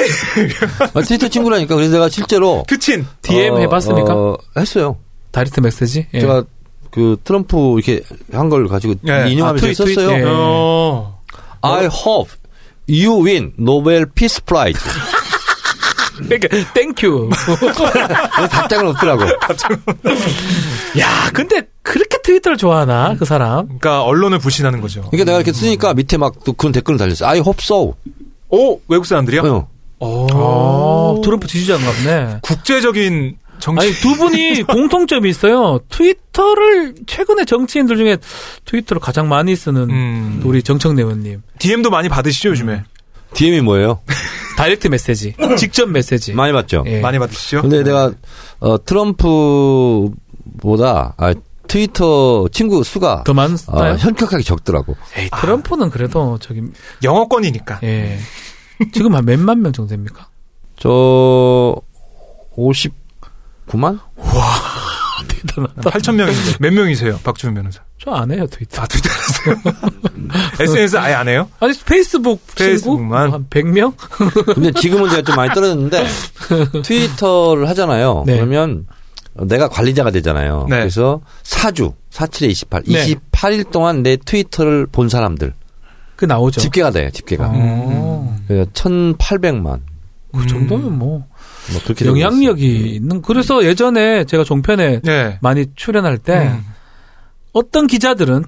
아, 트위터 친구라니까. 그래서 [laughs] 내가 실제로 드친. DM 어, 해봤습니까? 어, 했어요. 다이렉트 메시지. 예. 제가 그 트럼프 이렇게 한 걸 가지고 예. 인용하면서 아, 트윗, 트윗, 썼어요. 예. 어. I hope you win Nobel Peace Prize. 그러니까 [laughs] 땡큐. 근데 답장은 없더라고. 야, 근데 그렇게 트위터를 좋아하나 그 사람? 그러니까 언론을 부신하는 거죠. 그러니까 내가 이렇게 쓰니까 밑에 막 또 그런 댓글을 달렸어. I hope so. 오 외국 예. 사람들이요? 어. 아, 트럼프 지지자인가 보네. 국제적인 정치. 아니 두 [laughs] 분이 공통점이 있어요. 트위터를 최근에 정치인들 중에 트위터를 가장 많이 쓰는 음. 우리 정청래 의원님. DM도 많이 받으시죠 요즘에? DM이 뭐예요? 다이렉트 메시지, 직접 메시지. 많이 봤죠. 네. 예. 많이 받으시죠? 근데 내가 어, 트럼프보다 아, 트위터 친구 수가 더 어, 많아요? 현격하게 적더라고. 에이, 트럼프는 그래도 저기 영어권이니까. 예. 지금 한 몇만 명 정도 됩니까? 저 59만? 아, 대단하다. 8천 명인데 몇 명이세요, 박주훈 변호사? 저 안 해요 트위터. 아, 트위터 알았어요. SNS 아예 안 해요? 아니 페이스북 친구 뭐 페이스북만. 한 100명? 근데 지금은 제가 좀 [laughs] 많이 떨어졌는데 트위터를 하잖아요. 네. 그러면 내가 관리자가 되잖아요. 네. 그래서 4주, 4, 7에 28, 네. 28일 동안 내 트위터를 본 사람들 그 나오죠. 집계가 돼요. 집계가. 어. 그래서 1,800만 음. 그 정도면 뭐 뭐 그렇게 되고 영향력이 음. 있는. 그래서 예전에 제가 종편에 네. 많이 출연할 때 음. 어떤 기자들은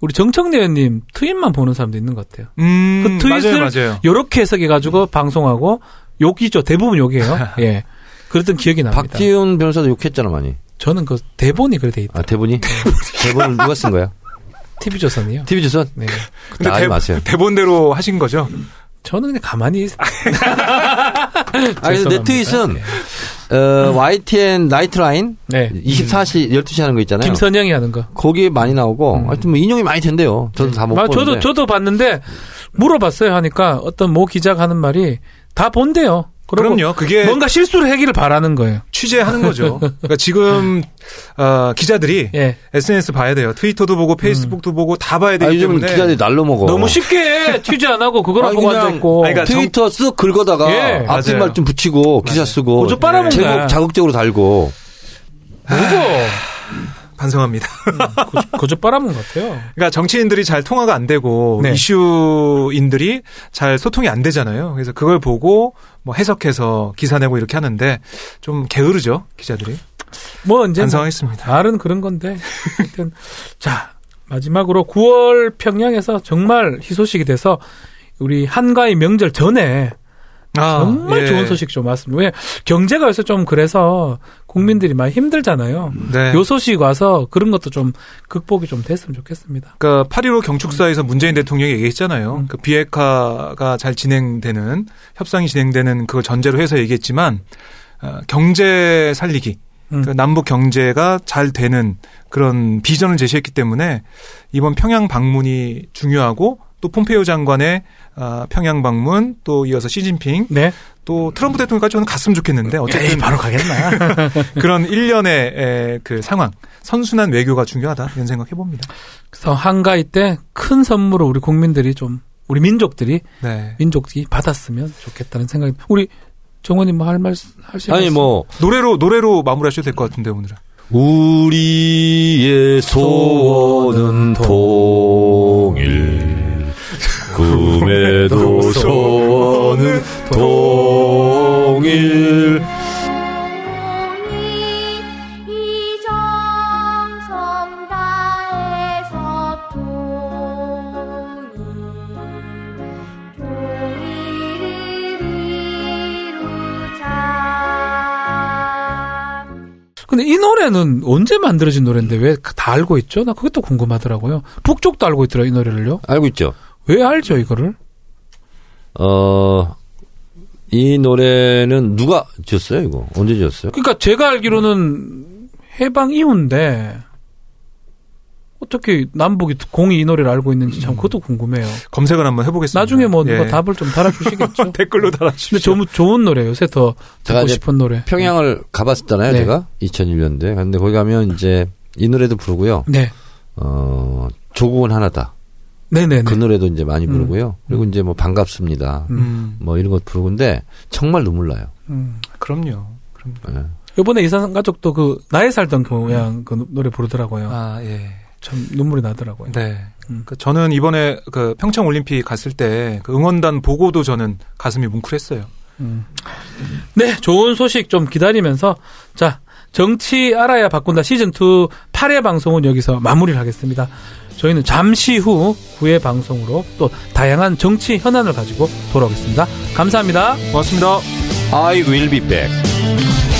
우리 정청래 의원님 트윗만 보는 사람도 있는 것 같아요. 음, 그 트윗을 맞아요, 맞아요. 요렇게 해석해가지고 방송하고 욕이죠. 대부분 [laughs] 욕이에요. 예. 그랬던 기억이 있어요. 납니다. 박지훈 변호사도 욕했잖아 많이. 저는 그 [laughs] 대본이 그래 돼 있다. 아 대본이 대본을 누가 [laughs] 쓴 거야? TV조선이요. TV 조선. 네. 근데 나가지 대- 마세요. 대본대로 하신 거죠? 저는 그냥 가만히 [laughs] 있... 아, 그래서 내 죄송합니다. 트윗은 어, YTN 나이트라인 네. 24시 12시 하는 거 있잖아요. 김선영이 하는 거. 거기에 많이 나오고 하여튼 뭐 인용이 많이 된대요. 저도 다 못 아, 보는데. 저도 저도 봤는데 물어봤어요 하니까 어떤 모 기자가 하는 말이 다 본대요. 그러고 그럼요. 예. 그게 뭔가 실수를 하기를 바라는 거예요. 취재하는 거죠. 그러니까 지금 어, 기자들이 예. SNS 봐야 돼요. 트위터도 보고 페이스북도 보고 다 봐야 아, 되기 요즘 때문에 기자들이 날로 먹어. 너무 쉽게 [laughs] 취재 안 하고 그걸 아니, 보고 그냥- 앉았고. 아니, 그러니까 정- 트위터 쓱 긁어다가 예, 앞뒷말 맞아요. 좀 붙이고 기사 쓰고 뭐좀 빨아먹는 거야. 제목 자극적으로 달고 아, 그거 반성합니다. 거저 빨아먹은 것 같아요. 그러니까 정치인들이 잘 통화가 안 되고 네. 이슈인들이 잘 소통이 안 되잖아요. 그래서 그걸 보고 뭐 해석해서 기사 내고 이렇게 하는데 좀 게으르죠 기자들이. 뭐 이제 뭐 반성하겠습니다. 말은 그런 건데. 하여튼 자 마지막으로 9월 평양에서 정말 희소식이 돼서 우리 한가위 명절 전에 아, 정말 예. 좋은 소식 좀 왔습니다. 왜 경제가 요새 좀 그래서 국민들이 많이 힘들잖아요. 네. 요 소식 와서 그런 것도 좀 극복이 좀 됐으면 좋겠습니다. 그러니까 8.15 경축사에서 문재인 대통령이 얘기했잖아요. 음. 그 비핵화가 잘 진행되는 협상이 진행되는 그걸 전제로 해서 얘기했지만 어, 경제 살리기, 음. 그 남북 경제가 잘 되는 그런 비전을 제시했기 때문에 이번 평양 방문이 중요하고 또 폼페이오 장관의 어, 평양 방문 또 이어서 시진핑 네. 또 트럼프 대통령까지 저는 갔으면 좋겠는데 어쨌든 바로 가겠나 그런 일련의 에, 그 상황 선순환 외교가 중요하다 이런 생각해 봅니다. 그래서 한가위 때 큰 선물을 우리 국민들이 좀 우리 민족들이 네. 민족이 받았으면 좋겠다는 생각이 우리 정원님 뭐 할 말씀 하실 아니 말씀? 뭐 노래로 노래로 마무리하셔도 될 것 같은데 오늘은. 우리의 소원은 통일 꿈에도 소원은 통일 이정성 다해서 통일 통일을 이루자 근데 이 노래는 언제 만들어진 노래인데 왜 다 알고 있죠? 나 그게 또 궁금하더라고요. 북쪽도 알고 있더라 이 노래를요. 알고 있죠? 왜 알죠 이거를? 어, 이 노래는 누가 지었어요, 이거? 언제 지었어요? 그러니까 제가 알기로는 해방 이후인데 어떻게 남북이 공이 이 노래를 알고 있는지 음. 참 그것도 궁금해요. 검색을 한번 해보겠습니다. 나중에 뭐 누가 예. 답을 좀 [laughs] 달아주시겠죠. 댓글로 근데 달아주시죠. 너무 좋은 노래예요. 요새 더 제가 듣고 이제 싶은 노래. 평양을 가봤었잖아요, 네. 제가. 2001년도에. 근데 거기 가면 이제 이 노래도 부르고요. 네, 어, 조국은 하나다. 네, 네, 그 네. 노래도 이제 많이 음. 부르고요. 그리고 이제 뭐 반갑습니다. 음, 뭐 이런 것 부르는데 정말 눈물 나요. 음. 그럼요. 예. 이번에 이산 가족도 그 나의 살던 고향 그 노래 부르더라고요. 아 예. 참 눈물이 나더라고요. 네. 음. 그 저는 이번에 그 평창 올림픽 갔을 때그 응원단 보고도 저는 가슴이 뭉클했어요. 음. 네, 좋은 소식 좀 기다리면서 자 정치 알아야 바꾼다 시즌 2 8회 방송은 여기서 마무리를 하겠습니다. 저희는 잠시 후 9회 방송으로 또 다양한 정치 현안을 가지고 돌아오겠습니다. 감사합니다. 고맙습니다. I will be back.